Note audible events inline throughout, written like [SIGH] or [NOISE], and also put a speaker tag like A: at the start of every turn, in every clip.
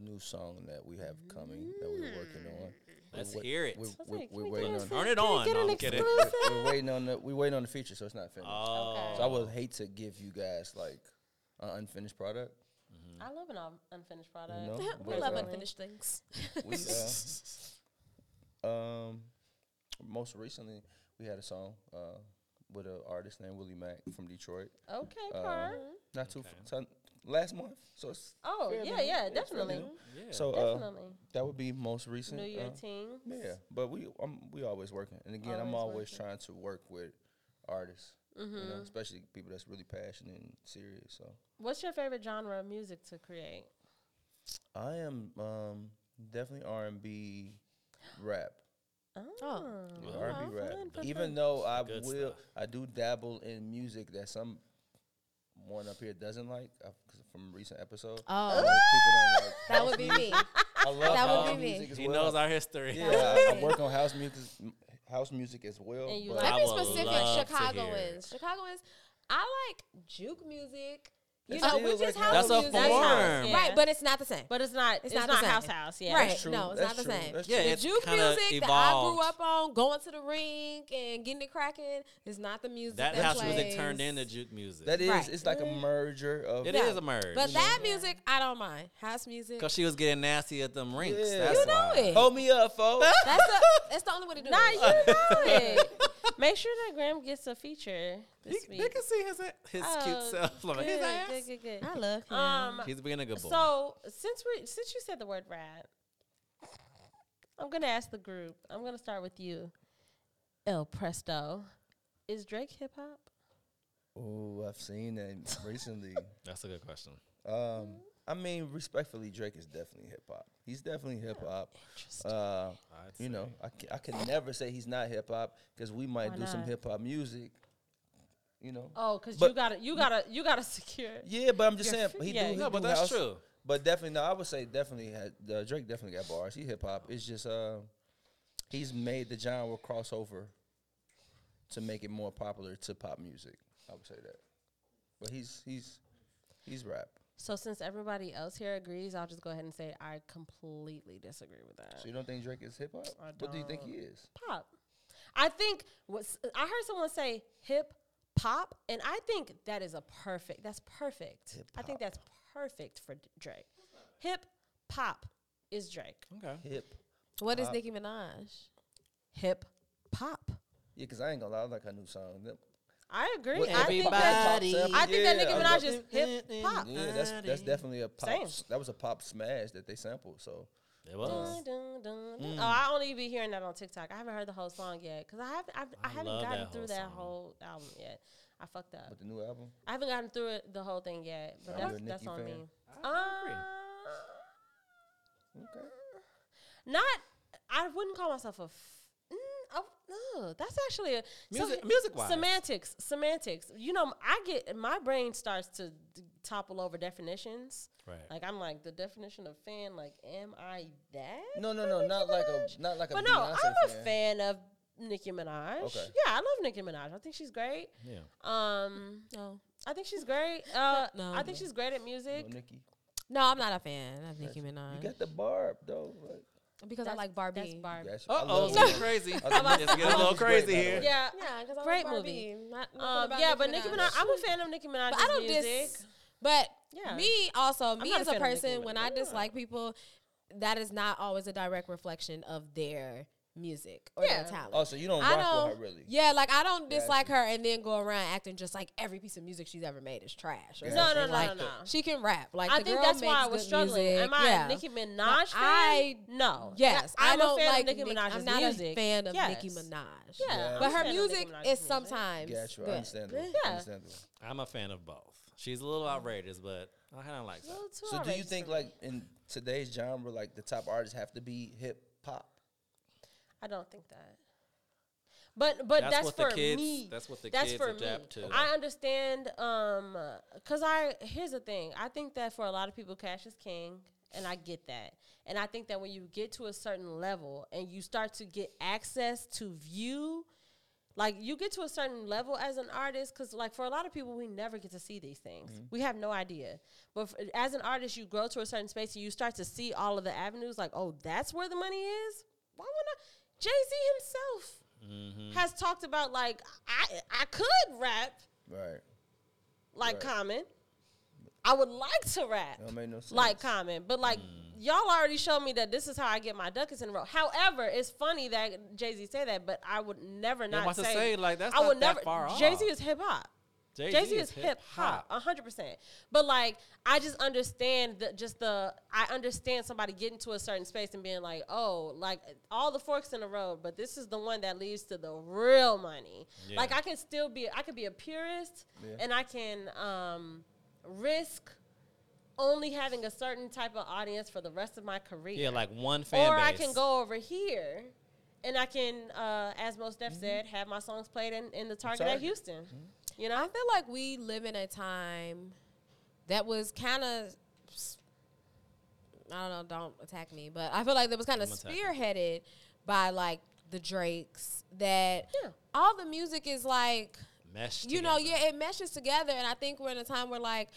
A: new song that we have coming that we're working on. We're
B: Let's
A: wait-
B: hear it.
A: We're,
C: That's
A: we're-
C: Mm. like,
A: we're
C: can we
A: waiting
C: get
A: on.
C: this
B: Turn it
C: Can we
B: on.
C: Get
B: No,
C: an
B: I'm kidding.
C: exclusive.
A: We're waiting on the. We're waiting on the feature, so it's not finished.
B: [LAUGHS] Oh,
A: So I would hate to give you guys like an unfinished product.
C: I love an un- unfinished product.
A: know,
D: [LAUGHS] we
A: but,
D: love
A: uh,
D: unfinished things.
A: We,
C: [LAUGHS]
A: uh, um, most recently we had a song uh, with an artist named Willie Mack from Detroit.
C: Okay,
A: Uh,
C: Carl.
A: Not too
B: Okay.
A: f- so last month, so it's
C: Oh
A: fairly
C: yeah,
A: new.
C: yeah,
A: It's fairly
C: definitely,
A: new.
B: yeah.
A: So uh,
C: definitely.
A: that would be most recent.
C: New Year
A: uh,
C: team.
A: Yeah, but we um, we always working, and again, I'm
C: Always
A: always
C: working.
A: trying to work with artists, you
D: Mm-hmm.
A: know, especially people that's really passionate and serious. So
C: Mm-hmm. What's your favorite genre of music to create?
A: I am um, definitely R&B, rap,
D: Oh.
A: Yeah, R&B rap.
C: fun, fun,
A: Even though I
B: Good
A: will,
B: stuff.
A: I do dabble in music that some one up here doesn't like uh, 'cause from recent episode.
B: uh,
D: [LAUGHS] Oh.
A: most people don't like
D: [LAUGHS] That
A: house
D: would be
A: music.
B: [LAUGHS]
D: me.
A: I love
D: that would
A: house
D: be me.
A: music as
B: he
A: well.
B: knows our history.
A: yeah,
D: would
A: I, I
D: be
A: work on house music, house music as well.
C: And you
A: but
C: like-
D: Let's be
B: I would
D: specific.
B: love to hear
D: Chicagoans. Chicagoans. I like juke music. You
A: It
D: know,
A: feels
D: which is
A: like
D: house
B: house. That's a
D: music.
B: form.
C: Yeah.
D: Right, but it's not the same.
C: But it's not. It's,
D: not
C: not,
D: the same.
C: house house. Yeah.
D: Right.
A: that's true.
D: No, it's
A: that's
D: not the
A: true,
D: same.
A: that's
B: Yeah,
A: true.
D: the
B: it's
D: juke
B: kinda
D: music that I
B: evolved.
D: grew up on, going to the ring and getting it cracking, is not the music
B: That
D: that,
B: house
D: plays.
B: music turned into juke music.
A: That is,
D: Right.
A: it's like a merger of.
B: It is
D: Yeah.
B: a merge.
D: But that music, I don't mind. House music,
B: Because she was getting nasty at them rinks.
A: Yeah. Oh,
B: That's
A: You
D: know
B: why.
D: it.
A: Hold me up, folks.
D: [LAUGHS] that's the that's the only way to
C: [LAUGHS]
D: do
C: Nah,
A: [LAUGHS]
D: it.
C: you know
D: [LAUGHS]
C: it. Make sure that Graham gets a feature this
B: He-
C: week.
B: they can see his his cute
C: Oh,
B: self. [LAUGHS] Like, his
C: Good,
B: ass.
C: good, good, good.
D: I love him.
C: Um,
B: He's being a good boy.
C: so since we since you said the word rap, I'm gonna ask the group. I'm gonna start with you. El Presto, is Drake hip hop?
A: Oh, I've seen that
C: [LAUGHS]
A: recently.
B: That's a good question.
A: Um, I mean, respectfully, Drake is definitely hip hop. He's definitely hip hop.
C: Interesting.
A: Uh,
B: I'd
A: you know, I, ca- I can never say he's not hip hop because we might
C: Why
A: do some
C: not?
A: hip hop music. You know.
C: Oh, cause you
A: But-
C: gotta you gotta you gotta [LAUGHS] secure.
A: Yeah, but I'm just
C: You're
A: saying he
C: yeah,
A: do. He
C: No,
B: No,
A: do
B: but that's
A: house,
B: true.
A: But definitely, no, I would say definitely had uh, Drake definitely got bars. He hip hop. It's just uh, he's made the genre cross over to make it more popular to pop music. I would say that. But he's he's he's rap.
C: So since everybody else here agrees, I'll just go ahead and say I completely disagree with that.
A: So you don't think Drake is hip hop?
C: I
A: What do you think
C: don't.
A: he is?
C: pop. I think what's I heard someone say hip pop, and I think that is a perfect. That's perfect. I think that's perfect for D- Drake. Hip pop is Drake.
B: Okay.
A: Hip.
D: what
B: Uh,
D: is Nicki Minaj?
C: Hip pop.
A: Yeah, because I ain't gonna lie, I like her new song. That-
C: I agree.
A: What
C: I think that,
A: everybody-
C: I think that
A: Yeah,
C: Nicki
A: I
C: Minaj
A: love-
C: is hip
B: Mm-hmm.
C: pop.
A: Yeah, that's that's definitely a pop.
C: Same.
A: s- That was a pop smash that they sampled. So
B: It was.
C: Dun, dun, dun,
B: Mm.
C: dun. Oh, I only be hearing that on TikTok. I haven't heard the whole song yet because I haven't. I've, I
B: I
C: haven't
B: love
C: gotten
B: that
C: through
B: whole
C: that
B: song.
C: whole album yet. I fucked up.
A: with the new album,
C: I haven't gotten through it, the whole thing yet, but
A: Are you
C: that's
A: a
C: that's
A: Nicki
C: on
A: fan?
C: me.
B: I
A: okay.
C: Uh, not. I wouldn't call myself a. F- mm, oh, no, that's actually a
B: Music- music-wise.
C: Semantics, semantics. You know, I get my brain starts to d- topple over definitions.
B: Right.
C: Like I'm like the definition of fan. Like, am I that?
A: No, no,
C: for
A: no,
C: Nicki
A: not like a
C: Minaj?
A: not like a.
C: But no,
A: Beyonce
C: I'm
A: fan.
C: a fan of Nicki Minaj.
A: Okay.
C: Yeah, I love Nicki Minaj. I think she's great.
B: Yeah.
C: Um,
D: No,
C: I think she's great. Uh,
D: No.
C: I think she's great at music.
A: No, Nicki,
D: no, I'm not a fan of Nicki
A: you
D: Minaj
A: got the barb though. Like,
D: because I
C: That's-
D: like Barbie.
C: That's Barbie.
A: that's- I
B: Uh oh,
A: love
B: it's
A: Nicki.
C: [LAUGHS]
B: getting crazy. It's
A: love-
B: getting
A: I
B: a little
A: love Drake,
B: crazy
A: by the
B: here.
A: way.
C: Yeah.
D: Yeah, because
C: Great movie.
D: Not, nothing
C: Um,
D: about
C: yeah, but Nicki Minaj, I'm a fan of Nicki Minaj's
D: But I don't
C: music.
D: dis. But
C: Yeah.
D: me also, me
C: not a
D: as
C: fan
D: a
C: of Nicki
D: person, when I
C: Minaj.
D: dislike people, that is not always a direct reflection of their music or
C: Yeah.
D: their talent.
A: Oh, so you don't
D: I
A: rock
D: don't.
A: with her really?
D: Yeah, like I don't
A: Gotcha.
D: dislike her and then go around acting just like every piece of music she's ever made is trash. or
A: No,
C: no,
D: something.
C: no, no,
D: Like,
C: no.
D: She can rap. Like
C: I
D: the
C: think
D: girl
C: that's why I
D: makes
C: was
D: good
C: struggling.
D: music.
C: Am I
D: yeah.
C: a Nicki Minaj fan?
D: I-
C: no.
D: Yes,
C: Yeah,
D: I
C: I'm a
D: don't
C: fan
D: like
C: of Nicki Minaj's
D: I'm not
C: music.
D: a fan of
C: yes.
D: Nicki Minaj.
C: Yeah,
A: Yeah.
C: I'm
D: but
C: a
D: her
C: fan of Nicki
D: music
C: Minaj's
D: is
C: music.
D: sometimes
A: Yeah, sure. I
D: good.
A: understand that.
C: Yeah.
A: understand that.
B: I'm a fan of both. She's a little outrageous, but I kind of like that.
C: Little too
A: So do you
C: outrageous
A: think
C: for me.
A: like in today's genre, like the top artists have to be hip hop?
C: I don't think that. But but that's,
B: That's what the
C: for
B: kids-
C: me.
B: that's what the
C: that's
B: kids
C: for
B: adapt
C: me.
B: to.
C: I understand. Um, cause I here's the thing. I think that for a lot of people, cash is king, and I get that. And I think that when you get to a certain level and you start to get access to view, Like you get to a certain level as an artist, because like for a lot of people, we never get to see these things.
A: Mm-hmm.
C: We have no idea. But f- as an artist, you grow to a certain space and you start to see all of the avenues. Like, oh, that's where the money is. Why would I? Jay Z himself
A: Mm-hmm.
C: has talked about like I I could rap
A: Right.
C: like
A: Right.
C: Common. I would like to rap
A: That made no sense.
C: like Common, but
B: Mm.
C: like y'all already showed me that this is how I get my ducats in a row. However, it's funny that Jay Z say that, but I would never
B: I'm
C: not
B: about to
C: say,
B: say, like, that's
C: I
B: not
C: would
B: that
C: never.
B: far
C: Jay Z
B: off.
C: is hip hop.
B: Jay
C: Jay Z is hip hop, hundred percent. But like, I just understand the just the I understand somebody getting to a certain space and being like, oh, like all the forks in the road, but this is the one that leads to the real money.
B: Yeah.
C: Like I can still be, I could be a purist,
A: Yeah.
C: and I can um, risk only having a certain type of audience for the rest of my career
B: Yeah, like one fan
C: or
B: base.
C: I can go over here and I can, uh, as most Def said, have my songs played in, in the Target at
A: Target.
C: Houston. You know,
D: I feel like we live in a time that was kind of. I don't know. Don't attack me, but I feel like that was kind of
B: I'm attacking.
D: spearheaded by like the Drakes. That
C: Yeah.
D: all the music is like
B: Mesh
D: you know,
B: together.
D: yeah, it meshes together, and I think we're in a time where like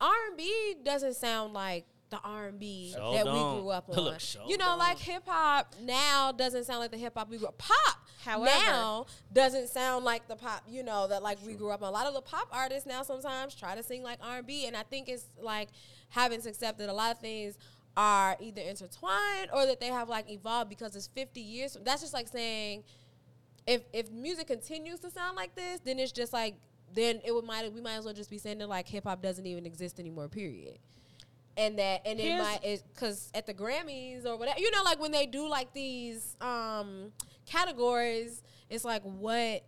D: R and B doesn't sound like the R and B
B: Sure
D: that we
B: don't.
D: grew up on.
B: Look, sure
D: you know, like hip hop now doesn't sound like the hip hop we grew up. Pop
C: However-
D: now doesn't sound like the pop you know that like we grew up on. A lot of the pop artists now sometimes try to sing like R and B, and I think it's like having to accept that a lot of things are either intertwined or that they have like evolved because it's 50 years. That's just like saying if if music continues to sound like this, then it's just like then it would might we might as well just be saying that like hip hop doesn't even exist anymore. Period. And that and it
C: Here's-
D: might is because at the Grammys or whatever you know like when they do like these um categories, it's like what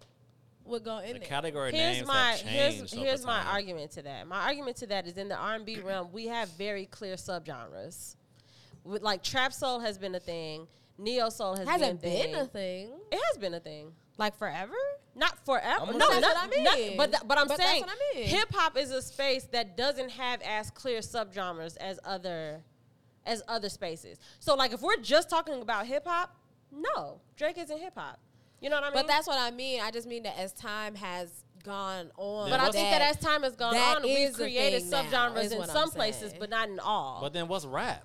D: would go in
B: The
D: there.
B: category
C: here's
B: names
C: my
B: have changed
C: here's
B: over
C: here's my
B: time.
C: argument to that. My argument to that is in the
B: [CLEARS THROAT]
C: R and B realm, we have very clear subgenres. With like trap soul has been a thing, neo soul has
D: Hasn't
C: been a
D: been
C: thing.
D: a thing
C: it has been a thing.
D: like forever.
C: Not forever.
A: I'm
C: No,
A: gonna say-
C: not,
D: That's what I
C: not-
D: mean.
C: but th- but I'm
D: But that's
C: saying
D: what I mean.
C: hip hop is a space that doesn't have as clear subgenres as other as other spaces. So like if we're just talking about hip hop, no, Drake isn't hip hop. You know what I mean?
D: But that's what I mean. I just mean that as time has gone on,
B: But
C: But I think that as time has gone
D: that
C: on, we've
D: is the
C: created
D: thing now,
C: subgenres
D: is
C: in
D: what I'm
C: some places,
D: saying.
C: but not in all.
B: But then what's rap?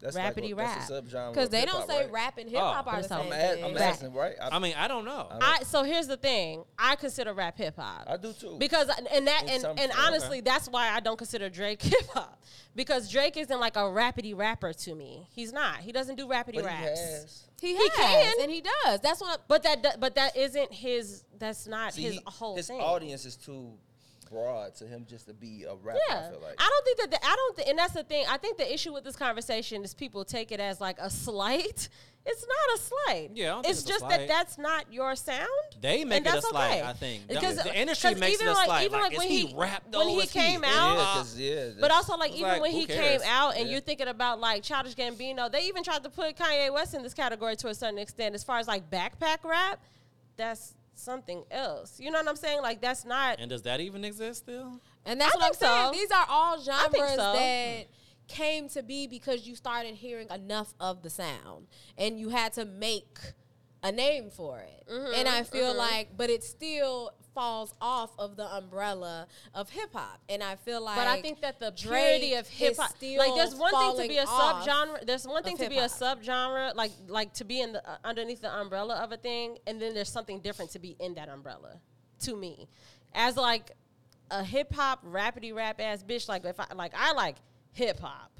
A: That's
C: Rapidy
A: like, what- That's a subgenre.
C: rap.
D: because
A: Because
D: they don't say
A: right?
D: rap and hip hop
B: Oh.
D: are the
C: That's how
D: same.
A: I'm, a-
D: thing.
A: I'm
C: Rap.
A: asking, right? I,
B: I mean, I don't know.
A: I'm-
C: I so here's the thing. I consider rap hip hop.
A: I do too.
C: Because and that
A: In
C: and,
A: some
C: and
A: form.
C: honestly, that's why I don't consider Drake [LAUGHS] hip hop. Because Drake isn't like a rapidy rapper to me. He's not. He doesn't do rapidy
A: but he
C: raps.
A: has.
D: He,
C: He
D: has,
C: can.
D: and he does. That's what. I'm,
C: But that do- but that isn't his that's not
A: See,
C: his
A: he-
C: whole
A: his
C: thing.
A: audience is too broad to him just to be a rapper.
C: Yeah,
A: I feel like.
C: don't think that the, I don't, thi- and that's the thing. I think the issue with this conversation is people take it as like a slight. [LAUGHS] It's not a slight.
B: Yeah, I don't think
C: it's
B: it's a
C: just that
B: slight.
C: that's not your sound.
B: They make
C: and
B: it a
C: that's
B: slight,
C: okay.
B: I think. The-
C: Because
B: the industry
C: 'cause
B: makes it
C: even
B: a
C: like,
B: slight,
C: Even
B: like,
C: like
B: is
C: when
B: he
C: he
B: rap,
C: when
B: though?
C: he
B: Is he-
C: came
B: Yeah,
C: out,
B: Uh,
A: 'cause, yeah, that's-
C: but also, like,
B: It's
C: even
B: like,
C: when
B: who
C: he came
B: cares?
C: out and
A: Yeah.
C: you're thinking about, like, Childish Gambino, they even tried to put Kanye West in this category to a certain extent. As far as, like, backpack rap, that's something else. You know what I'm saying? Like, that's not.
B: And does that even exist still?
D: and that's
C: I
D: what I'm
C: think so.
D: saying. These are all genres
C: so.
D: that came to be because you started hearing enough of the sound, and you had to make a name for it.
C: Mm-hmm,
D: and I feel like, but it still falls off of the umbrella of hip hop. And I feel like,
C: But I think that the
D: Drake
C: purity of hip
D: is
C: hop,
D: still
C: like there's one thing to be a
D: falling off.
C: subgenre. There's one thing
D: of
C: to be a
D: hip-hop.
C: subgenre, like like to be in the uh, underneath the umbrella of a thing, and then there's something different to be in that umbrella. To me, as like a hip hop rapidy rap ass bitch, like if I like I like hip hop,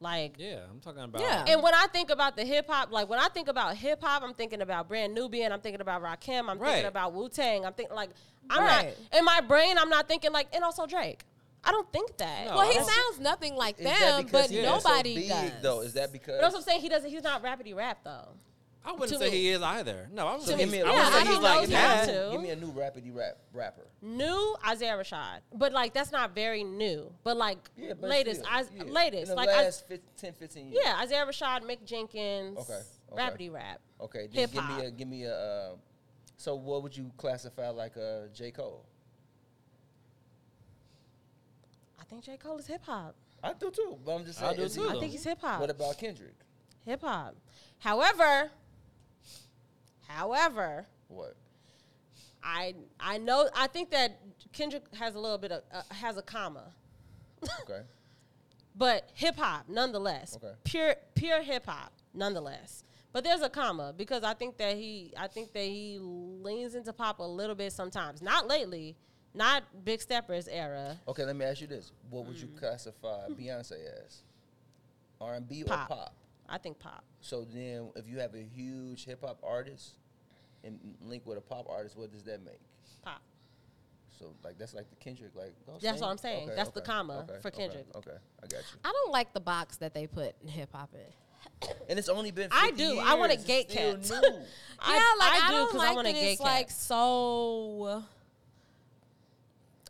C: like
B: Yeah, I'm talking about.
D: Yeah.
C: and when I think about the hip hop, like when I think about hip hop, I'm thinking about Brand Nubian, I'm thinking about Rakim, I'm
B: Right.
C: thinking about Wu Tang, I'm thinking like I'm
D: Right.
C: not in my brain, I'm not thinking like and also Drake. I don't think that.
B: No,
D: well,
B: I
D: he
B: don't think-
D: sounds nothing like
A: Is that
D: them,
A: because
D: but
A: he's so
D: nobody
A: big,
D: does.
A: Though is that
C: But that's what
A: because
C: I'm saying. He doesn't. He's not rapidy rap though.
B: I wouldn't
C: To
B: say
C: me.
B: he is either. No, I would
A: So
B: say,
A: give me a-
B: I
A: Yeah,
B: would
A: I
B: say he's
A: don't
B: like
C: know how
B: that.
C: to.
A: give me a new rapidy rap rapper.
C: New Isaiah Rashad, but like that's not very new. But like
A: Yeah, but
C: latest,
A: still,
C: I,
A: yeah. In
C: latest,
A: the
C: like
A: last fif- 10, 15
C: I,
A: years.
C: yeah, Isaiah Rashad, Mick Jenkins,
A: Okay, okay.
C: rapidy rap.
A: Okay, then give
C: Hip-hop.
A: me a give me a. Uh, so what would you classify like a J Cole?
C: I think J Cole is hip hop.
A: I do too, but I'm just
B: I
A: saying.
B: do
A: is he-
B: too.
C: I think he's hip hop.
A: What about Kendrick?
C: hip hop? However, however, [LAUGHS]
A: What?
C: I I know I think that Kendrick has a little bit of uh, has a comma,
A: Okay.
C: but hip hop nonetheless.
A: Okay.
C: Pure pure hip hop nonetheless. But there's a comma because I think that he I think that he leans into pop a little bit sometimes. Not lately, not Big Steppers era.
A: Okay, let me ask you this: What would you
B: Mm-hmm.
A: classify
B: Hmm.
A: Beyonce as? R and B or
C: Pop.
A: pop?
C: I think pop.
A: So then, if you have a huge hip hop artist and link with a pop artist, what does that make?
C: Pop.
A: So like that's like the Kendrick like. go
C: That's
A: sing.
C: what I'm saying. That's the comma for
A: okay,
C: Kendrick.
A: Okay, I got you.
D: I don't like the box that they put hip hop in.
A: And it's only been. 50
C: I do. I wanna
A: years. It's
C: gatekept. [LAUGHS]
A: still new.
D: yeah, like I,
C: do
D: don't
C: 'cause
D: like
C: wanna
D: that it's
C: gay
D: like
C: cat.
D: so.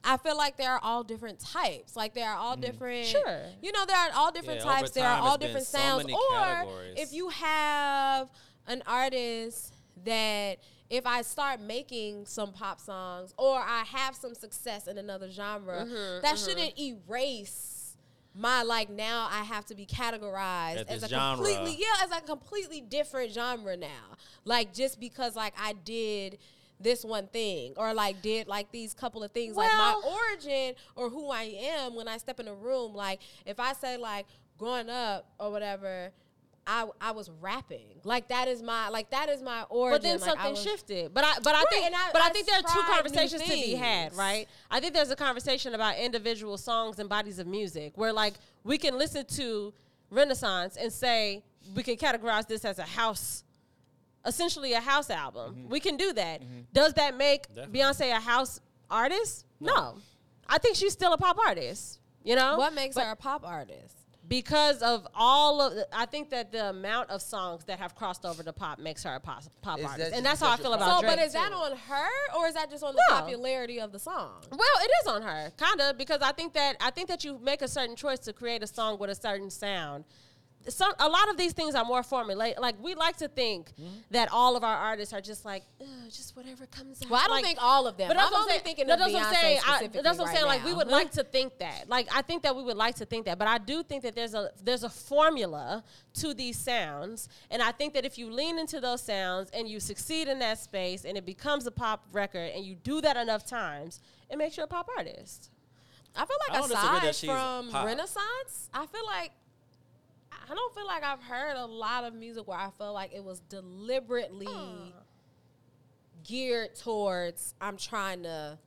D: I feel like there are all different types. Like there are all different.
C: Mm. Sure.
D: You know there are all different
B: Yeah, over
D: types. There are
B: time,
D: all
B: it's been
D: different
B: so
D: sounds.
B: many
D: or
B: categories.
D: if you have an artist that if I start making some pop songs or I have some success in another genre,
C: Mm-hmm,
D: that shouldn't erase my like now I have to be categorized
B: At
D: as a
B: this genre.
D: completely yeah, as a completely different genre now. Like just because like I did this one thing or like did like these couple of things like my
C: Well-
D: origin or who I am when I step in a room like if I say like growing up or whatever I I was rapping. Like that is my like that is my origin.
C: But then
D: Like, I
C: something
D: was-
C: shifted. But I but I think
D: and I-
C: but I,
D: I
C: think there are two
D: tried new
C: conversations to be had,
D: things.
C: right? I think there's a conversation about individual songs and bodies of music where like we can listen to Renaissance and say we can categorize this as a house essentially a house album.
D: Mm-hmm.
C: We can do that. Does that make
B: Definitely.
C: Beyonce a house artist? No. I think she's still a pop artist. You know?
D: What makes
C: But-
D: her a pop artist?
C: because of all of the- I think that the amount of songs that have crossed over to pop makes her a pop, pop
A: Is that
C: artist,
A: just
C: and that's how I
A: because
C: feel
A: you're
C: about.
D: So,
C: Drake
D: but is
C: too.
D: that on her or is that just on the
C: No.
D: popularity of the song?
C: Well, it is on her, kind of, because I think that I think that you make a certain choice to create a song with a certain sound. Some a lot of these things are more formulaic. Like we like to think
A: Mm-hmm.
C: that all of our artists are just like "Ugh, just whatever comes out.
D: Well, I don't
C: Like-
D: think all of them.
C: But that's
D: I'm
C: what I'm
D: only
C: saying.
D: thinking
C: No,
D: of
C: that's what I'm
D: Beyonce
C: saying. I-
D: specifically
C: that's what I'm
D: right
C: saying. Like we
D: now.
C: would like to think that. Like I think that we would like to think that. But I do think that there's a there's a formula to these sounds, and I think that if you lean into those sounds and you succeed in that space, and it becomes a pop record, and you do that enough times, it makes you a pop artist.
D: I feel
B: I
D: like
B: don't disagree that
D: aside
B: she's
D: from
B: pop.
D: Renaissance, I feel like I don't feel like I've heard a lot of music where I felt like it was deliberately geared towards I'm trying to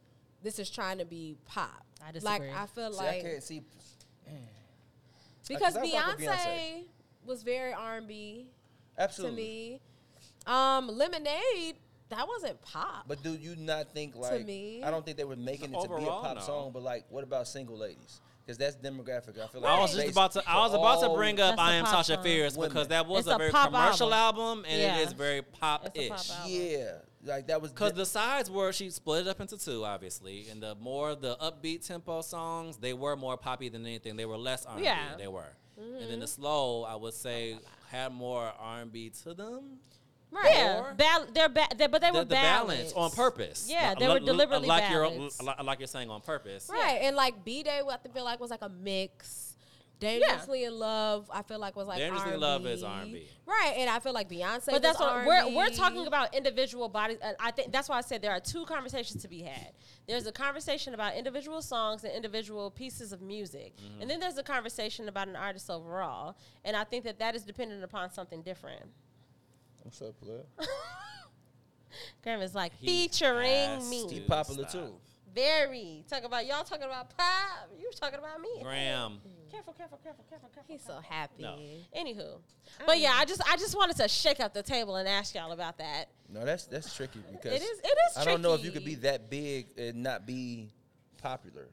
D: this is trying to be pop.
C: I disagree.
D: Like I feel
A: See, I
D: like
A: can't see.
D: because
A: 'cause I fuck
D: Beyonce,
A: with Beyonce.
D: was very R&B to
A: Absolutely.
D: me. Um Lemonade that wasn't pop.
A: But do you not think like
D: me.
A: I don't think they were making it to be a
B: Overall,
A: pop
B: no.
A: song, but like what about single ladies? Because that's demographic. I feel like
B: I was
A: it's
B: just
A: based
B: about to. I
A: for
B: was about to
A: all-
B: bring up
C: That's a
B: "I Am
C: pop
B: Sasha
C: song.
B: Fierce"
A: Women.
B: because that was
C: It's
B: a
C: a
B: very
C: pop
B: commercial album, and
C: Yeah.
B: it is very pop-ish.
C: pop album.
A: Yeah, like that was
B: Because the sides were she split it up into two, obviously, and the more the upbeat tempo songs, they were more poppy than anything. They were less R and B.
C: Yeah. Mm-hmm.
B: They were, and then the slow, I would say, had more R and B to them.
C: Right. Yeah,
B: Or-
C: bal- they're ba- they- but they
B: The,
C: were
B: the balance
C: balanced
B: on purpose.
C: Yeah,
B: Li-
C: they
B: li-
C: were
B: li-
C: deliberately
B: like
C: balanced.
B: You're, li- like you're saying on purpose.
D: Right. And like B Day, what I feel like was like a mix. Dangerously in Love, I feel like was like
B: Dangerously
D: R&B.
B: in Love is R&B.
D: Right. And I feel like Beyonce.
C: But that's
D: was
C: what we're, we're
D: R&B.
C: talking about individual bodies. and I think that's why I said there are two conversations to be had. There's a conversation about individual songs and individual pieces of music,
A: Mm-hmm.
C: and then there's a conversation about an artist overall. And I think that that is dependent upon something different. [LAUGHS]
A: What's up, player?
C: Graham is like
B: He
C: featuring
B: has
C: me,
B: to
A: popular
B: stop.
A: too.
C: very. Talk about y'all talking about pop. You talking about me.
B: Graham.
C: Careful, careful, careful, careful, careful.
D: He's so happy.
B: No.
C: Anywho, but yeah, I just I just wanted to shake up the table and ask y'all about that.
A: No, that's that's tricky because
C: It is it is.
A: I don't know if you could be
C: tricky.
A: that big and not be popular.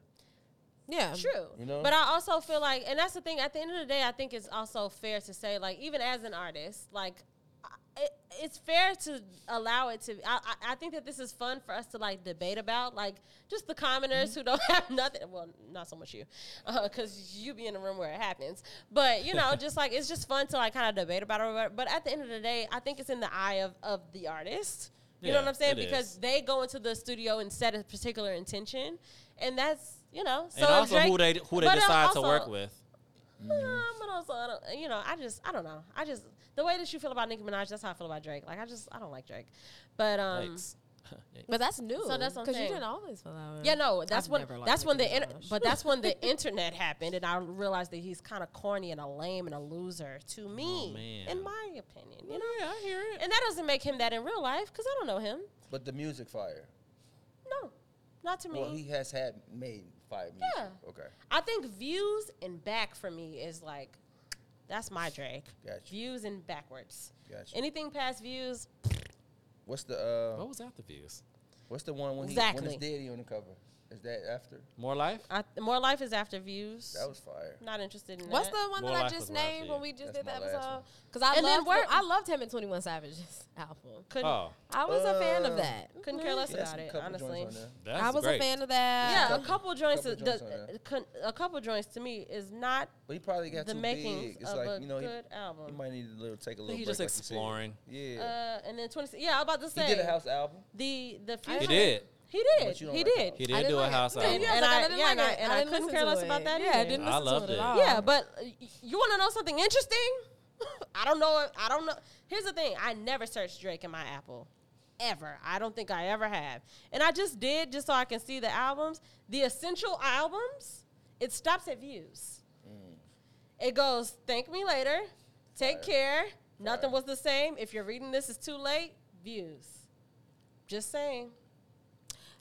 D: Yeah.
C: True.
A: You know?
C: But I also feel like, and that's the thing. At the end of the day, I think it's also fair to say, like, even as an artist, like, I- it, it's fair to allow it to. I, I, I think that this is fun for us to like debate about, like, just the commoners who don't [LAUGHS] have nothing. Well, not so much you, [LAUGHS] because you be in the room where it happens. But you
B: [LAUGHS]
C: know, just like it's just fun to like kind of debate about it. or whatever. But at the end of the day, I think it's in the eye of of the artist. You know
B: Yeah,
C: what I'm saying?
B: it is.
C: Because they go into the studio and set a particular intention, and that's you know. So
B: and
C: if
B: also
C: Drake-
B: who they who they
C: but uh,
B: decide
C: also-
B: to work with.
C: Um, but also, I don't, you know, I just I don't know. I just the way that you feel about Nicki Minaj, that's how I feel about Drake. Like I just I don't like Drake, but um,
B: Yikes. [LAUGHS]
D: But that's new.
C: So that's what I'm
D: because you
C: saying.
D: didn't always fill out.
C: Yeah, no, that's
D: I've
C: when
D: never liked
C: that's when the
D: Nicki
C: inter-
D: Minaj.
C: but that's when
D: [LAUGHS]
C: the internet happened, and I realized that he's kind of corny and a lame and a loser to me,
B: Oh, man.
C: in my opinion. You know,
B: Yeah, I hear it.
C: and that doesn't make him that in real life because I don't know him.
A: But the music fire.
C: No, not to me.
A: Well, he has had made fire music.
C: Yeah.
A: Okay.
C: I think views and back for me is like that's my Drake.
A: Gotcha.
C: Views and backwards.
A: Gotcha.
C: Anything past views,
A: What's the uh
B: What was after views?
A: what's the one when he when
C: Exactly.
A: it's Diddy on the cover? Is that after?
B: More life?
C: I, more life is after views.
A: That was fire.
C: Not interested in
D: What's
C: that.
D: the one
B: More
D: that I
B: Life was
D: just
B: what I
D: named when
B: said.
D: we just
A: That's
D: did the
A: my last
D: episode?
A: one.
D: Because I
C: And then
D: loved
C: where-
D: I loved him in Twenty One Savage's album.
C: couldn't
B: Oh,
D: I was a fan
A: Uh,
D: of that.
C: couldn't care less
A: He had
C: about
A: some
C: it
A: couple joints
C: honestly.
A: on there.
B: that's
D: I was
B: great.
D: a fan of that.
C: Yeah,
A: couple-
C: a couple joints.
A: couple
C: is-
A: joints
C: does-
A: on there.
C: uh, con- a couple joints to me is not
A: But he probably got
C: the
A: too
C: makings
A: big. It's
C: of
A: like
C: a
A: you know he,
C: good album.
A: he might need to little take a
B: I
A: little.
B: think
A: break,
B: he's just
A: like you said.
B: exploring.
A: Yeah.
C: Uh, and then twenty. Yeah, I was about to
A: he did a
C: Uh, say
A: house album.
C: the the
D: I
C: future.
B: He did.
C: He
A: But
C: did.
A: you don't
C: He
A: like that
C: did.
B: He
D: I
B: did
D: didn't
B: do a
D: like it.
B: house
D: Yeah,
B: album.
D: yeah.
C: And
D: like, I
C: I,
D: didn't
C: yeah,
D: like
C: and I,
D: it.
C: and
D: I
C: I
D: didn't
C: couldn't
D: listen
C: care
D: to
C: less
D: it.
C: about that
D: Yeah, I
C: either.
D: didn't
B: I
D: listen to
B: loved
D: it
B: it.
D: at all.
C: Yeah, but uh, y- you want to know something interesting? [LAUGHS] I don't know. I don't know. Here's the thing. I never searched Drake in my Apple, ever. I don't think I ever have. And I just did just so I can see the albums. The essential albums. It stops at views.
D: Mm.
C: It goes. Thank me later. Take
A: Fire.
C: care. Nothing
A: Fire.
C: was the same. If you're reading this, it's too late. Views. Just saying.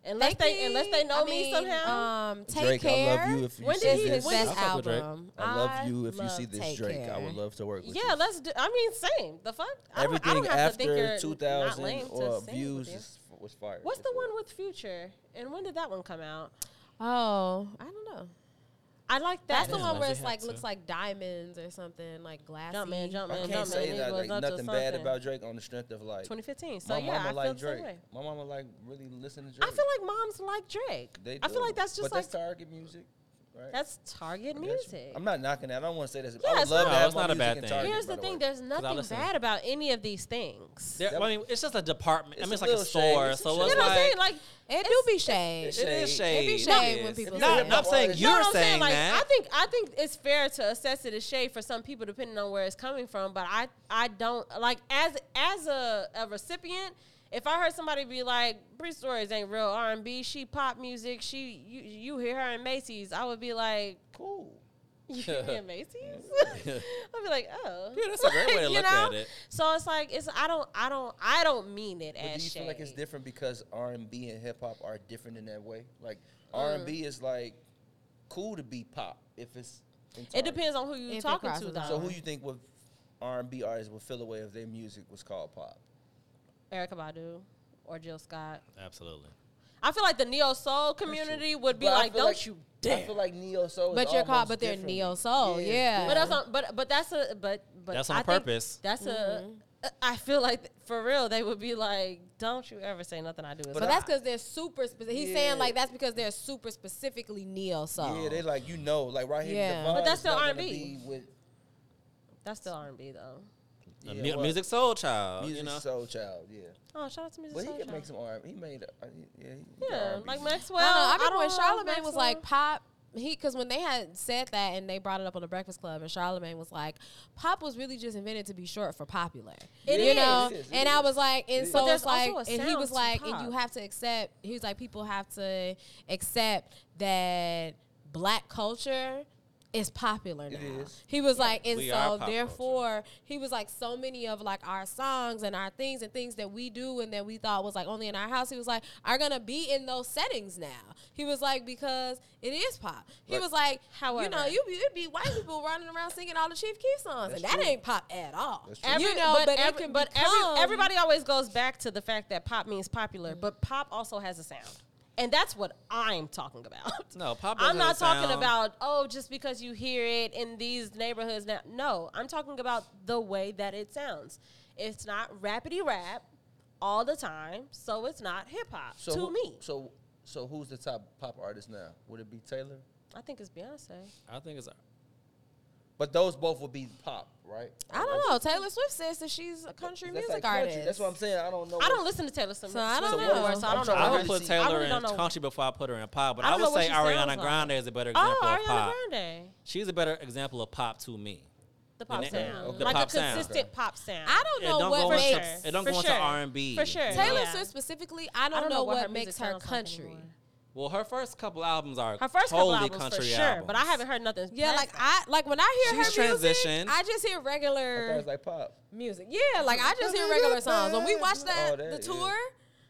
C: Unless
D: Thank
C: they unless they
D: Me,
C: know
D: I
C: me
D: mean,
C: somehow.
D: Um, take
A: Drake,
D: care.
A: I love you if you
C: When
A: see
C: did he-
A: this.
D: his
C: when did
D: best
B: I fuck with Drake.
D: album.
A: I love you if you
D: love
A: see this,
D: Take
A: Drake. I
D: Care.
A: would love to work with you.
C: Yeah, let's do. I mean, same. The fuck. I don't, I
A: Everything
C: don't have to think
A: after
C: you're
A: two
C: not lame
A: thousand
C: to
A: or
C: sing with
A: views
C: you.
A: is, was fire.
C: What's the
A: It's
C: one
A: fire.
C: with Future? And when did that one come out?
D: Oh, I don't know.
C: I like that.
D: That's the
B: Yeah,
D: one where
B: they
D: it's
B: had
D: like
B: to.
D: looks like diamonds or something like glassy.
C: Jumpman, Jumpman,
A: I
C: Jumpman.
A: can't say that like
C: Eagles up to
A: nothing bad
C: something.
A: about Drake on the strength of like
C: 2015. So
A: my
C: yeah, I
A: mama
C: feel
A: like
C: the same
A: Drake.
C: way.
A: My mama like really listen to Drake.
C: I feel like moms like Drake.
A: They
C: I feel
A: do.
C: like that's just
A: but
C: like
A: that's target music, right?
C: that's Target
A: I got you.
C: music.
A: I'm not knocking that. I don't want to say that's.
C: Yeah,
A: I would
C: it's
A: love
C: not-
A: to
C: No,
A: have
B: it's
A: my
B: not a
A: music
B: bad
A: in
B: thing.
A: Target,
C: Here's
A: by
C: the thing:
A: way.
C: there's nothing
B: listen to-
C: bad about any of these things.
B: There-
A: That-
B: I mean, it's just a department. I
A: It's
B: mean, it's
A: a
B: like a
A: little shade.
B: store.
A: It's a
B: So
A: shade.
B: it's
C: you know what I'm saying?
B: like
C: Like
D: It do be shade.
A: it's
B: it is
A: shade.
B: shade.
D: It be shade
B: Yes.
D: when people
A: say
B: Not,
A: that.
B: not saying
A: You know
B: you're
C: what I'm
B: saying
C: Like I
B: that.
C: think I think it's fair to assess it as shade for some people depending on where it's coming from. But I I don't like as as a, a recipient. If I heard somebody be like, "Bree Stories ain't real R and B. She pop music. She you you hear her in Macy's," I would be like,
A: Cool.
C: "You hear
D: [LAUGHS]
C: me in Macy's?" [LAUGHS] I'd be like, "Oh,
B: Yeah, that's a great way to
C: you
B: look at it.
C: So it's like it's I don't I don't I don't mean it
A: But
C: as
A: do you
C: shade.
A: feel like it's different because R and B and hip hop are different in that way? Like
C: Uh-huh.
A: R and B is like cool to be pop if it's. in
C: It
A: Target.
C: depends on who
D: If
C: you're
D: it
C: talking to,
D: crosses
C: though.
D: over.
A: So who you think would R and B artists would feel away if their music was called pop?
C: Erica Badu or Jill Scott.
B: Absolutely.
C: I feel like the neo soul community would be
A: But I
C: like,
A: feel
C: "Don't you
A: I
C: dare!"
A: feel like neo soul.
D: But
A: is
D: you're called-
A: almost
D: but they're
A: different.
D: neo soul, yeah.
C: but that's on, but but that's a but but
B: That's on
C: I think
B: purpose.
C: That's
D: Mm-hmm.
C: a. I feel like th- for real, they would be like, "Don't you ever say nothing I do."
A: But
C: Is
D: But
C: hot."
D: that's because they're super. Spe- he's
A: Yeah.
D: saying like that's because they're super specifically neo soul.
A: Yeah, they like you know, like right here.
D: Yeah.
A: Devon
C: But that's
A: is
C: still
A: not gonna
C: R&B.
A: be With
C: that's still R and B though.
B: A
A: yeah,
B: mu-
A: what?
B: music soul child.
A: music
B: you know,
A: soul child, yeah.
C: Oh, shout out to music.
A: But he
C: Soul
A: can
C: Child.
A: make some R. He made, a, I- yeah, he
C: yeah,
A: yeah,
C: like
D: I
C: Maxwell.
D: don't know. I remember
C: don't
D: when
C: know,
D: Charlemagne was like
C: Maxwell.
D: pop. He because when they had said that and they brought it up on the Breakfast Club and Charlemagne was like, pop was really just invented to be short for popular.
C: It
D: you
C: is.
D: know,
A: It is, it
D: and I
A: is.
D: was like,
A: It
D: and
A: is.
C: But
D: so
C: there's
D: it's like,
C: also a
D: and he
C: sound
D: was
C: to
D: like,
C: pop.
D: and you have to accept. He was like, people have to accept that black culture. is popular now.
A: It is.
D: He was like, and
B: We are
D: so
B: pop culture.
D: therefore, before, he was like so many of like our songs and our things and things that we do and that we thought was like only in our house he was like are gonna be in those settings now he was like because it is pop he
A: Right.
D: was like however you know
C: However.
D: you be, it'd be white people running around singing all the chief keef songs
A: That's
D: and that
A: true.
D: ain't pop at all
A: That's true.
C: Every,
D: you know
C: but,
D: but, it
C: every,
D: can
C: but
D: become- Mm.
C: every, everybody always goes back to the fact that pop means popular, but pop also has a sound, and that's what I'm talking about.
B: no, pop.
C: I'm
B: doesn't
C: not talking
B: sound-
C: about oh just because you hear it in these neighborhoods now. No, I'm talking about the way that it sounds. It's not rapidy rap all the time, so it's not hip hop
A: So
C: to
A: who-
C: me.
A: So, so who's the top pop artist now? Would it be Taylor?
C: I think it's Beyonce.
B: I think it's.
A: But those both would be pop, right?
D: I don't know. Taylor Swift says that she's a country
A: That's like
D: music
A: country.
D: artist.
A: That's what I'm saying. I don't know.
C: I
A: what-
C: don't listen to Taylor Swift
D: So I don't
C: anymore,
D: know.
C: so I
A: I'm
C: don't know.
A: trying
B: I
A: to
C: what
B: would
A: really
B: put
A: see-
C: I
B: Taylor
C: really don't know.
B: in country before I put her in pop, but
C: I
B: I,
C: don't know
B: would
C: what
B: say
C: she sounds
B: Ariana
C: like.
B: Grande is a better example
C: Oh,
B: of
C: Ariana
B: pop.
C: Grande.
B: She's a better example of pop to me.
C: The pop
B: na-
C: sound.
B: okay. The
C: like
B: pop
C: a
B: sound.
C: consistent pop sound.
D: I don't
B: It
D: know
B: don't
D: what
B: go
C: for
D: makes
B: into,
C: sure.
B: it don't
C: For
B: go
C: sure.
B: into R and B
C: For sure.
D: Taylor
C: Yeah.
D: Swift specifically. I don't, know, what, makes her
C: sounds like
D: country.
C: anymore.
B: Well, her first couple albums are
C: Her
B: totally
C: first couple albums for
B: country
C: sure,
B: albums.
C: but I haven't heard nothing.
D: yeah,
C: past
D: like
C: that.
D: I like when I hear
B: She's
D: her music,
B: transitioned.
D: I just hear
A: I thought it
D: regular
A: was like pop.
D: music. Yeah, like I just hear regular songs. When we watched that,
A: Oh, that-
D: the
A: yeah.
D: tour,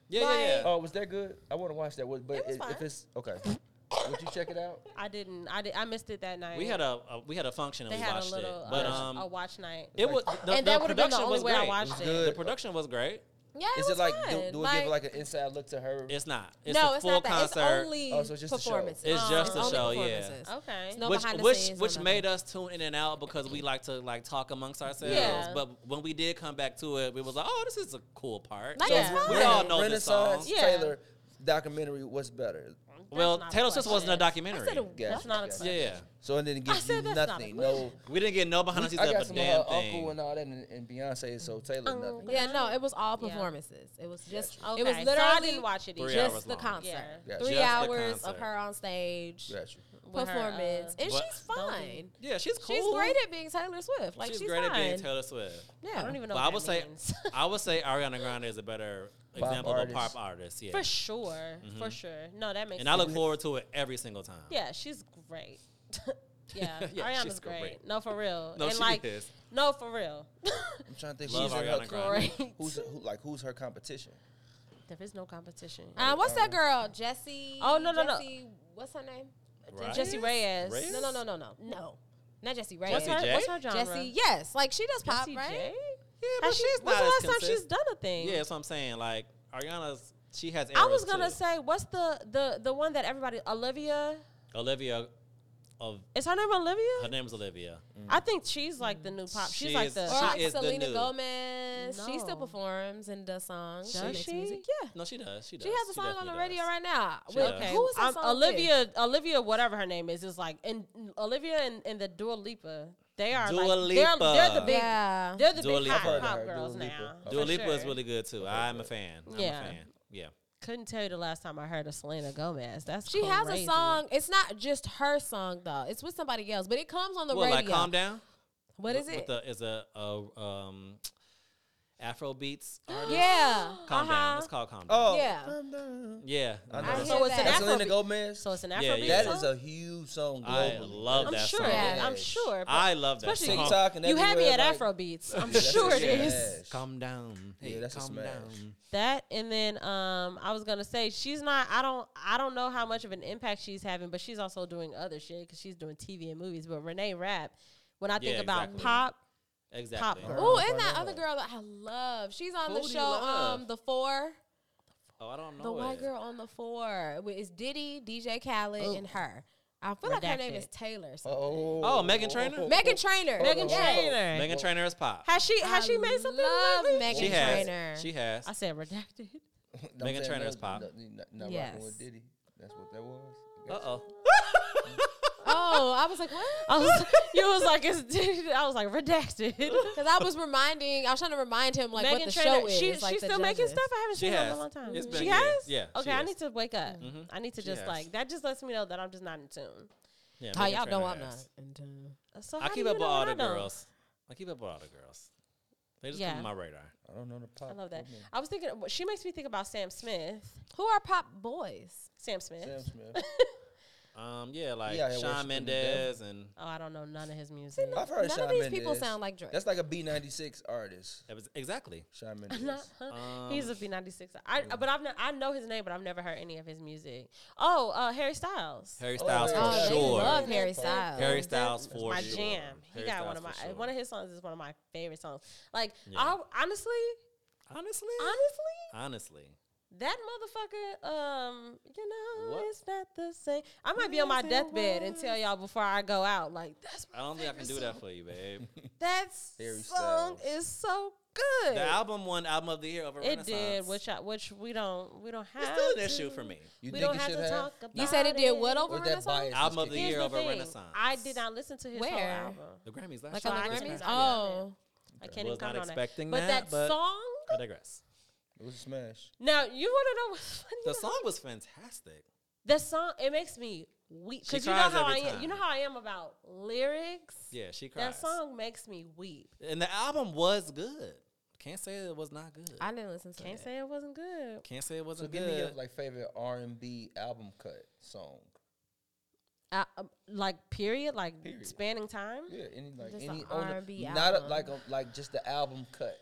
B: Yeah, yeah, yeah.
A: Oh, was that good? I want to watch that. What- But
D: It was
A: i-
D: fine.
A: if it's okay, would you check it
C: [LAUGHS]
A: out?
C: I didn't. I did. I missed it that night.
B: we had a, a we had a function and
C: They
B: we
C: had a
B: watched
C: little
B: it, but
C: uh,
B: um,
C: a watch night.
B: it was the,
C: and
B: the
C: that would have been
B: production
C: the only
B: was
C: way
B: great.
C: I watched
A: It
C: it.
A: was good.
B: The production was great.
D: yeah, it
A: Is
D: was
A: it like
D: fun.
A: do, do it give like an inside look to her?
B: It's not. It's
D: no,
B: a
D: it's
B: full
D: not
B: concert.
D: that. It's only
A: Oh, so it's just a show.
D: performances.
B: It's just
D: It's
B: a
D: only
B: show, yeah.
D: performances.
C: Okay.
D: It's no
B: which
D: uh, behind the
B: which
D: scenes or
B: which
D: nothing.
B: made us tune in and out because we like to like talk amongst ourselves.
C: Yeah.
B: But when we did come back to it, we was like, oh, this is a cool part.
D: Like,
B: so
D: it's
B: we
D: fun.
B: all know this song.
A: Renaissance
C: Yeah.
A: Taylor documentary. What's better?
B: Well,
C: not a
B: Taylor Swift wasn't a
C: question.
B: documentary.
D: I said a
A: Gotcha,
C: That's not a
A: gotcha.
C: question.
B: yeah, yeah.
A: So it didn't give
C: said
A: you
C: that's not a
A: nothing.
C: question.
A: No,
B: We didn't get no behind the scenes
A: I
B: of
A: got
B: a
A: some of her
B: damn thing.
A: uncle and all that, and, and Beyonce. So
C: Oh,
A: Taylor, nothing.
D: Yeah, no, it was all
C: Yeah.
D: performances. It was just
C: Okay.
D: it was
C: so
D: literally
C: I didn't watch it.
B: Three
C: Either.
B: hours.
D: just the
B: long.
D: concert.
C: Yeah.
A: Yeah.
D: Three
B: Just the
D: hours
B: concert.
D: of her on stage
A: Got you.
C: With her,
D: performance,
C: uh,
D: and
B: What?
D: she's fine.
B: Yeah, she's cool.
D: She's great at being Taylor Swift. Like she's,
B: she's, great
D: fine.
B: at being Taylor Swift.
D: Yeah,
C: I don't even know.
B: But
C: what
B: I would
C: that
B: say
C: means.
B: I would say Ariana Grande is a better
A: Pop
B: example
A: artist.
B: of a pop artist. [LAUGHS] Yeah. Mm-hmm.
C: for sure, for sure. No, that makes.
B: And I look
C: sense.
B: forward to it every single time.
C: Yeah, she's great. yeah,
B: [LAUGHS] Yeah,
C: Ariana's
B: she's
C: great.
B: great.
C: No, for real.
B: [LAUGHS] No,
C: and
B: she
C: like,
B: is.
C: No, for [LAUGHS] real.
A: I'm trying to think.
B: Love
A: who's in her-
B: Ariana Grande. [LAUGHS]
C: great.
A: Who's who, like who's her competition?
C: There is no competition.
D: Uh, what's that girl? Jessie.
C: Oh, no, no, no.
D: Jessie, What's her name?
B: Right?
C: Jessie Reyes.
B: Reyes?
D: No, no, no, no, no, no. Not Jessie Reyes.
B: What's
C: What's
B: Jessie
C: her,
B: J?
C: what's her genre?
D: Jessie. Yes, like she does pop,
C: Jessie
D: right?
C: J?
B: Yeah, but
C: Has she,
B: she's
C: when's
B: not
C: the
B: as
C: last time
B: consistent.
C: she's done a thing?
B: Yeah, that's what I'm saying. Like Ariana's, she has.
C: I was
B: eras,
C: gonna
B: too.
C: say, what's the the the one that everybody Olivia?
B: Olivia. Of
C: Is her name Olivia?
B: her name's Olivia.
C: I think she's like the new pop. She's
B: She
C: like
B: is-
C: the.
D: Or like
B: She is the
D: Selena
B: new-
D: Gomez. She
C: No.
D: still performs and does songs.
C: Does
D: makes
C: she?
D: music. Yeah.
B: No, she does. She does.
D: She has a song on the
B: definitely
D: radio
B: does.
D: right now.
B: She
D: With,
B: does.
C: Okay,
D: Who is that
C: I'm-
D: song with?
C: Um, Olivia, Olivia, whatever her name is, is like, and Olivia and, and the Dua Lipa, they are
B: Dua
C: like, they're, they're the
B: Lipa.
C: big,
D: Yeah.
C: they're the
B: Dua
C: big
B: Lipa.
A: I've
C: hot
A: heard of
C: pop
A: her, Dua
C: girls
A: Lipa.
C: now.
A: I've
B: Dua
C: for
B: Lipa is
C: sure.
B: really good too. I'm a fan. I'm
C: Yeah.
B: a fan. Yeah.
C: Couldn't tell you the last time I heard of Selena Gomez. That's
D: She has a
C: crazy.
D: song. It's not just her song though. It's with somebody else, but it comes on the
B: well,
D: radio.
B: like calm down.
D: What is
B: With
D: it?
B: the- is a, a um, Afro beats
C: [GASPS]
B: artist.
D: yeah.
B: Calm down.
D: Uh-huh.
B: It's called calm down.
A: Oh,
D: Yeah.
B: Yeah.
A: I know. that
B: I,
D: hear
A: song.
D: that.
A: That's
C: Afrobeat.
A: Selena Gomez.
C: So it's an
B: Yeah,
C: Afrobeat
B: yeah.
A: that
C: song.
A: is a huge song.
B: I
A: globally.
B: love
C: I'm
B: that
C: sure.
B: song.
D: Yeah.
C: I'm sure. but
B: I love that
C: Especially
B: song.
A: TikTok and
C: you had me
A: everywhere,
C: at
A: like-
C: Afrobeats.
B: [LAUGHS]
A: Yeah,
C: I'm
A: that's a
C: sure it
A: smash.
C: is.
B: Calm down. Hey,
A: Yeah, that's a
B: calm
A: smash.
B: down.
C: That and then um, I was gonna say she's not. I don't. I don't know how much of an impact she's having, but she's also doing other shit because she's doing TV and movies. But Renee Rapp, when I think
B: Yeah,
C: about
B: exactly.
C: pop,
B: Exactly.
C: Pop.
D: Oh,
A: Girl,
D: and
A: I
D: that
A: know.
D: other girl that I love. She's on
B: Who
D: the
B: do you
D: show,
B: love?
D: um, the four.
B: Oh, I don't know.
D: The white
B: it.
D: girl on the four. Wi- It's Diddy, DJ Khaled,
A: Ooh.
D: and her. I feel like her name
C: Redacted.
D: is Taylor. So.
A: Oh,
B: Oh, Megan
A: [LAUGHS]
B: Trainor?
D: Megan Trainor.
C: Megan
D: Yes.
C: Trainor.
B: Megan Trainor is pop.
C: has she has
D: I
C: she made something
D: love
C: lately?
D: Megan
B: She has.
D: Trainor.
B: She has.
C: I said redacted. [LAUGHS]
A: No,
B: Megan
A: I'm saying
B: Trainor is
A: no-
B: pop.
A: No, you not, not
D: Yes.
A: rocking with Diddy. That's what that was.
B: Uh
A: Gotcha.
B: oh.
D: Oh, I was like, what?
C: I was, you was like [LAUGHS] it's. [LAUGHS] I was like redacted.
D: Because I was reminding, I was trying to remind him like what
C: Megan
D: the
C: Trainor,
D: show is.
C: she,
D: like,
C: she's
D: the
C: still making
D: judges.
C: stuff. I haven't
B: She
C: seen her in
B: has.
C: a long time.
B: It's been
C: she
B: years.
C: has.
B: Yeah, she
C: Okay, I
B: has. Mm-hmm.
C: need to wake up. I need to
B: She
C: just
B: has.
C: like that. Just lets me know that I'm just not in tune.
B: Yeah,
D: Oh,
B: Meghan
D: y'all know
B: Trainor
D: I'm not.
B: has.
C: So
B: I
C: how do
B: keep
C: you
B: up with
C: know
B: all
C: what
B: the
C: I don't?
B: girls. I keep up with all the girls. They just come
C: Yeah.
B: on my radar.
A: I don't know the pop.
C: I love that.
A: woman.
C: I was thinking, well, she makes me think about Sam Smith.
D: Who are pop boys?
C: Sam Smith.
A: Sam Smith.
B: Um, yeah, like
A: Yeah, yeah,
B: Shawn
A: worshiping the devil.
B: Mendes and
C: Oh, I don't know none of his music.
A: I've heard
D: None
A: Shawn
D: of these people
A: Mendes.
D: sound like Drake.
A: That's like a B96 artist.
B: it was exactly.
C: [LAUGHS]
B: Um,
A: Shawn Mendes.
C: Huh? He's a B96. I, but I've ne- I know his name, but I've never heard any of his music. Oh, uh, Harry Styles.
B: Harry
A: Oh,
B: Styles
A: yeah.
D: oh,
B: for
D: they
B: sure.
D: love Harry
A: That's
D: Styles.
B: Harry Styles for
C: my
B: sure.
C: jam. He
B: Harry
C: got
B: Styles
C: one of my
B: for sure.
C: one of his songs is one of my favorite songs. Like
B: Yeah.
C: I honestly,
B: honestly,
C: honestly,
B: honestly,
C: that motherfucker. Um, you know,
B: What?
C: it's not the same. I might be on my
B: Yes, it Um,
C: deathbed and tell y'all before I go out. Like that's
B: I don't think I can do that for you,
C: [LAUGHS]
B: babe.
C: that
A: Harry
C: song
A: Styles.
C: is so good.
B: the album won album of the year over
C: It
B: Renaissance.
C: did, which I, which we don't we don't have.
B: it's still an
C: to.
B: issue for me.
A: You
C: we
A: think
C: don't
A: it
C: have
A: should
C: to
A: have?
C: talk about.
D: You said it did what
C: it.
D: over
A: Or that
D: Renaissance?
A: bias
B: Album
A: is
B: of the
A: kicking
C: Here's
B: year
C: the
B: over
C: thing.
B: Renaissance.
C: I did not listen to his whole
D: Where?
C: album.
B: The Grammys last
D: Like
B: year.
D: on
C: I
D: the
C: can
D: Grammys?
C: speak on
D: Oh.
C: I can't
B: was
C: even comment
B: not
C: on
B: expecting
C: it. But
B: that,
C: that
B: but-
C: song.
B: I digress.
A: It was a smash.
C: Now you want to know what's funny?
B: The
C: about-
B: song was fantastic.
C: The song. It makes me weep
B: She
C: because you know
B: cries
C: how I
B: every
C: am. You know
B: time.
C: how I am about lyrics.
B: Yeah, she
C: that
B: cries.
C: song makes me weep.
B: And the album was good. Can't say it was not good.
D: I didn't listen to
C: Can't
D: it.
C: say it wasn't good.
B: Can't say it
A: So
B: wasn't
A: give
B: good.
A: me your like favorite R and B album cut song.
C: Uh, um, like period, like
A: Period.
C: spanning time.
A: Yeah, any like
D: Just a
A: any on the-
D: R&B
A: not a,
D: album.
A: like a, like just the album cut.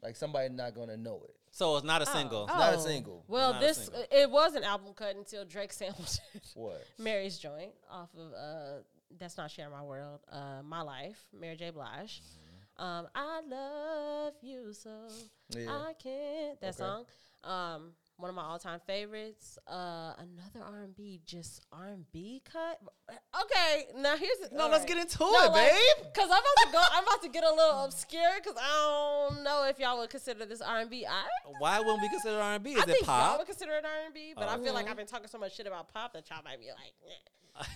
A: Like somebody not gonna know it.
B: so it's not
C: oh,
B: a single.
A: Not a single.
C: Well,
B: Not a
C: this
B: single.
C: it was an album cut until Drake sampled it.
A: What?
C: Mary's Joint off of uh, That's Not Share My World, uh, My Life, Mary J. Blige.
B: Mm-hmm.
C: Um, I love you so
A: Yeah.
C: I can't.
A: Okay.
C: That song. Um, one of my all-time favorites. Uh, another R&B, just R&B cut. Okay, now here's the-
B: No,
C: all
B: let's
C: right.
B: get into
C: No,
B: it,
C: like, [LAUGHS]
B: babe.
C: Cause I'm about to go. I'm about to get a little obscure. Cause I don't know if y'all would consider this R&B. I
B: Why wouldn't we consider R and B?
C: I
B: Is it
C: think y'all
B: pop? Oh.
C: would consider it R&B, but I feel like I've been talking so much shit about pop that y'all might be like,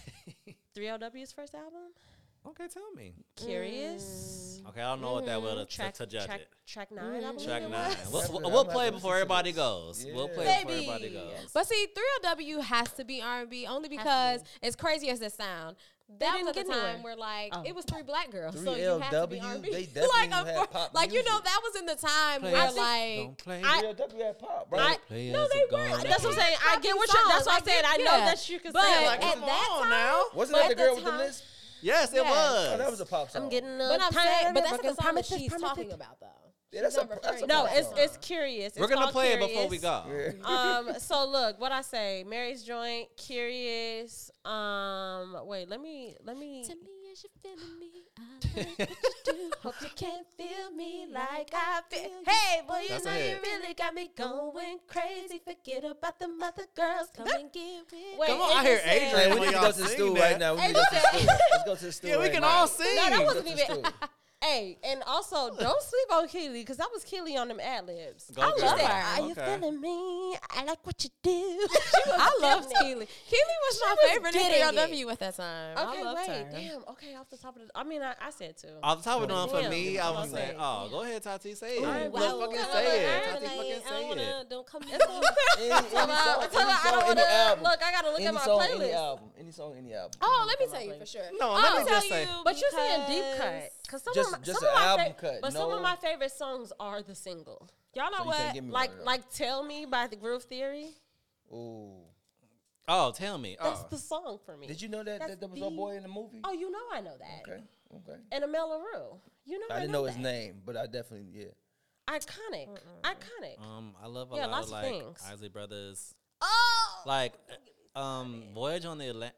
C: eh. 3LW's first album,
B: [LAUGHS] okay, tell me.
C: Curious.
B: Okay, I don't know what that was to,
C: Track,
B: to judge
C: track,
B: it.
C: track nine, I believe
B: Track
C: it
B: nine.
C: was.
B: We'll,
A: That's
B: we'll,
A: what-
B: we'll
A: I'm
B: play
A: happy to
B: before
A: listen to
B: everybody
A: this.
B: goes. We'll
A: Yeah.
B: play before everybody
D: Maybe.
B: goes.
D: But see, 3LW has to be R&B only because as crazy as that sound, that
C: didn't
D: was at the
C: get
D: time
C: anywhere.
D: where like
C: Oh.
D: it was three black girls, so you have to be
A: 3LW,
D: R&B. [LAUGHS]
A: they
D: like,
A: definitely
D: of
A: had
D: course-
A: pop
D: like you know,
A: music.
D: that was in the time
B: Play
D: where
B: us,
D: like
B: don't play.
C: I-
A: Yeah, W had pop,
C: I-
A: right?
B: play
D: no,
B: us
D: they
B: and go
D: were.
B: on
C: [LAUGHS] That's what I'm
B: that.
C: saying. I
D: Poppy
C: get what you're. That's what
D: songs,
C: I'm
D: like,
C: saying. I
D: yeah.
C: know that you can
D: But
C: say it
D: at
C: like "Oh,
B: come
D: that
B: on
D: time,
B: now.
A: Wasn't that
D: But
A: the
D: at
A: girl
D: the
A: with the
D: time-
A: list?
B: Yes, it
D: Yeah.
B: was.
A: Oh, that was a pop song.
C: I'm getting a
D: But I'm
C: time
D: saying, but that's not the song that
C: promises,
D: she's
C: promises.
D: talking about though.
A: Yeah, that's
D: She's
A: a-
D: not
A: that's a
D: referring to
A: pop
C: No,
D: that
C: it's
D: song.
C: it's curious.
B: We're
C: It's
B: gonna
C: called
B: play it before we
C: Curious.
B: go.
C: um. [LAUGHS] So look, what I say, Mary's joint, curious. Um. Wait, let me let me.
D: To me as you're feeling me, [LAUGHS] I like what you do. Hope you can't feel me like I feel. Hey, boy, you
B: That's a
D: know you
B: hit.
D: really got me going crazy. Forget about the mother girls, come and get with.
C: Wait,
B: Come on,
C: it
B: I hear
C: just said-
B: Adrian.
A: Hey, we
B: when
A: need to
B: y'all
A: go to the
B: sing
A: stool
B: that.
A: right now. We need to go to the stool. Let's go to the stool.
B: Yeah, we
A: right
B: can
A: now.
B: all sing.
C: No, that wasn't
A: That's
C: even.
A: the
C: [LAUGHS]
A: story.
C: hey, and also don't sleep on Keely because I was Keely on them ad libs.
B: Go
C: I
B: girl.
C: love her.
B: Okay.
C: Are you feeling me? I like what you [LAUGHS] do. She was
D: I love
C: getting it.
D: Keely. Keely was my
C: was
D: favorite
C: getting
D: in W at that time.
C: Okay,
D: I loved
C: wait,
D: her.
C: damn. Okay, off the top of the, I mean, I, I said two.
B: Off the top of the dome for
C: Damn,
B: me,
C: that's
B: I
C: what
B: was
C: I'm
B: like,
C: saying.
B: oh, go ahead, Tati, say it.
C: I
B: Let's
C: wanna-
B: fucking
C: I
B: say it.
C: wanna-
B: Tati, fucking say it.
D: Don't come
A: Any, any song, [LAUGHS] any
C: I told her
A: song,
C: I don't
A: any
C: wanna-
A: album.
C: look, I gotta look
A: any
C: at my
A: song, Any
C: playlist.
A: album. Any song, any album.
D: Oh, let me tell you for sure.
B: No,
D: I'll
B: Oh, let me
D: tell
B: just say-
D: you
C: But you saying deep
D: because-
C: cut? Cause some
A: Just-
C: of my,
A: just
C: some
A: an
C: of my
A: album
C: fa-
A: cut,
C: But some
A: no-
C: of my favorite songs are the single. Y'all know
A: So you can't
C: what?
A: give me one
C: like,
A: of them.
C: like "Tell Me" by the Groove Theory.
A: Ooh.
B: Oh, tell me.
C: That's
B: Oh.
C: the song for me.
A: Uh, Did you know that,
C: That's
A: that there was
C: the-
A: no boy in the movie?
C: Oh, you know I know that.
A: Okay. Okay.
C: And Amel LaRue. You know I,
A: I didn't know his
C: that.
A: name, but I definitely yeah.
C: Iconic. Iconic.
A: Mm,
B: Um, I love a
C: Yeah,
B: lot
C: lots
B: of
C: of
B: like
C: things.
B: Isley Brothers,
D: Oh,
B: like um, Voyage on the Atlantic.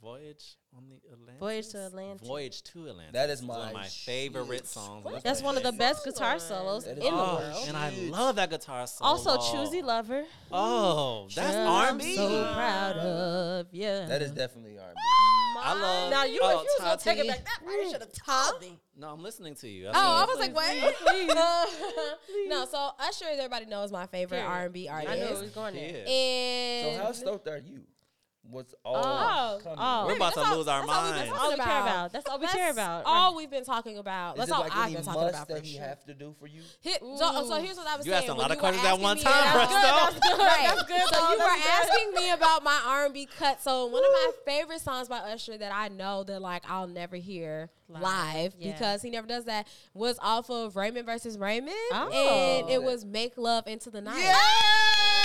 B: Voyage on the Atlantic.
C: Voyage to Atlantis.
B: Voyage to Atlantis.
A: That is
B: It's one of
A: my
B: my
A: shit.
B: favorite songs. on
C: That's one of the
B: playlist.
C: best guitar
D: Lord.
C: solos
A: That
C: in
A: is
C: the
A: awesome.
B: Oh,
C: world.
B: and I
A: Shit.
B: love that guitar solo.
C: Also, Choosy Lover.
B: Oh, that's
C: Girl,
B: R&B.
C: I'm so proud of you.
A: That is definitely R&B.
B: I love.
C: Now, you,
B: oh,
C: if you was going to take it
B: Tati.
C: back, that
D: I
A: Mm.
C: probably should
D: should
C: have.
D: have told me.
B: No, I'm listening to you.
D: Oh, I
B: oh,
D: was like,
C: please, [LAUGHS]
D: what? Uh, no, so Usher, as everybody knows, my favorite
C: Period.
D: R and B
C: I knew it
D: artist.
C: was going there.
B: yeah.
A: So
D: And
A: how stoked are you? What's all
C: Oh,
A: coming?
C: oh.
B: We're about
D: that's
B: to
D: all-
B: lose our
D: that's all we've been
B: minds.
C: That's all we care about. That's all we care about.
D: all we've been talking about.
A: Is
D: That's
A: it
D: all
A: like
D: I've
A: any
D: been talking
A: must
D: about for
A: that he
D: sure.
A: have to do for you?
D: Hit- so, so here's what I was
B: You
D: saying.
B: asked a
D: when
B: lot of
D: were
B: questions at one
D: asking me
B: time,
D: about-
B: Brasco.
D: Right. So you were
C: That's good.
D: asking me about my R and B cut. So one of my favorite songs by Usher that I know that like I'll never hear live,
C: Yeah.
D: because he never does that was off of Raymond versus Raymond,
C: Oh.
D: and it was "Make Love Into the Night."
B: Yeah!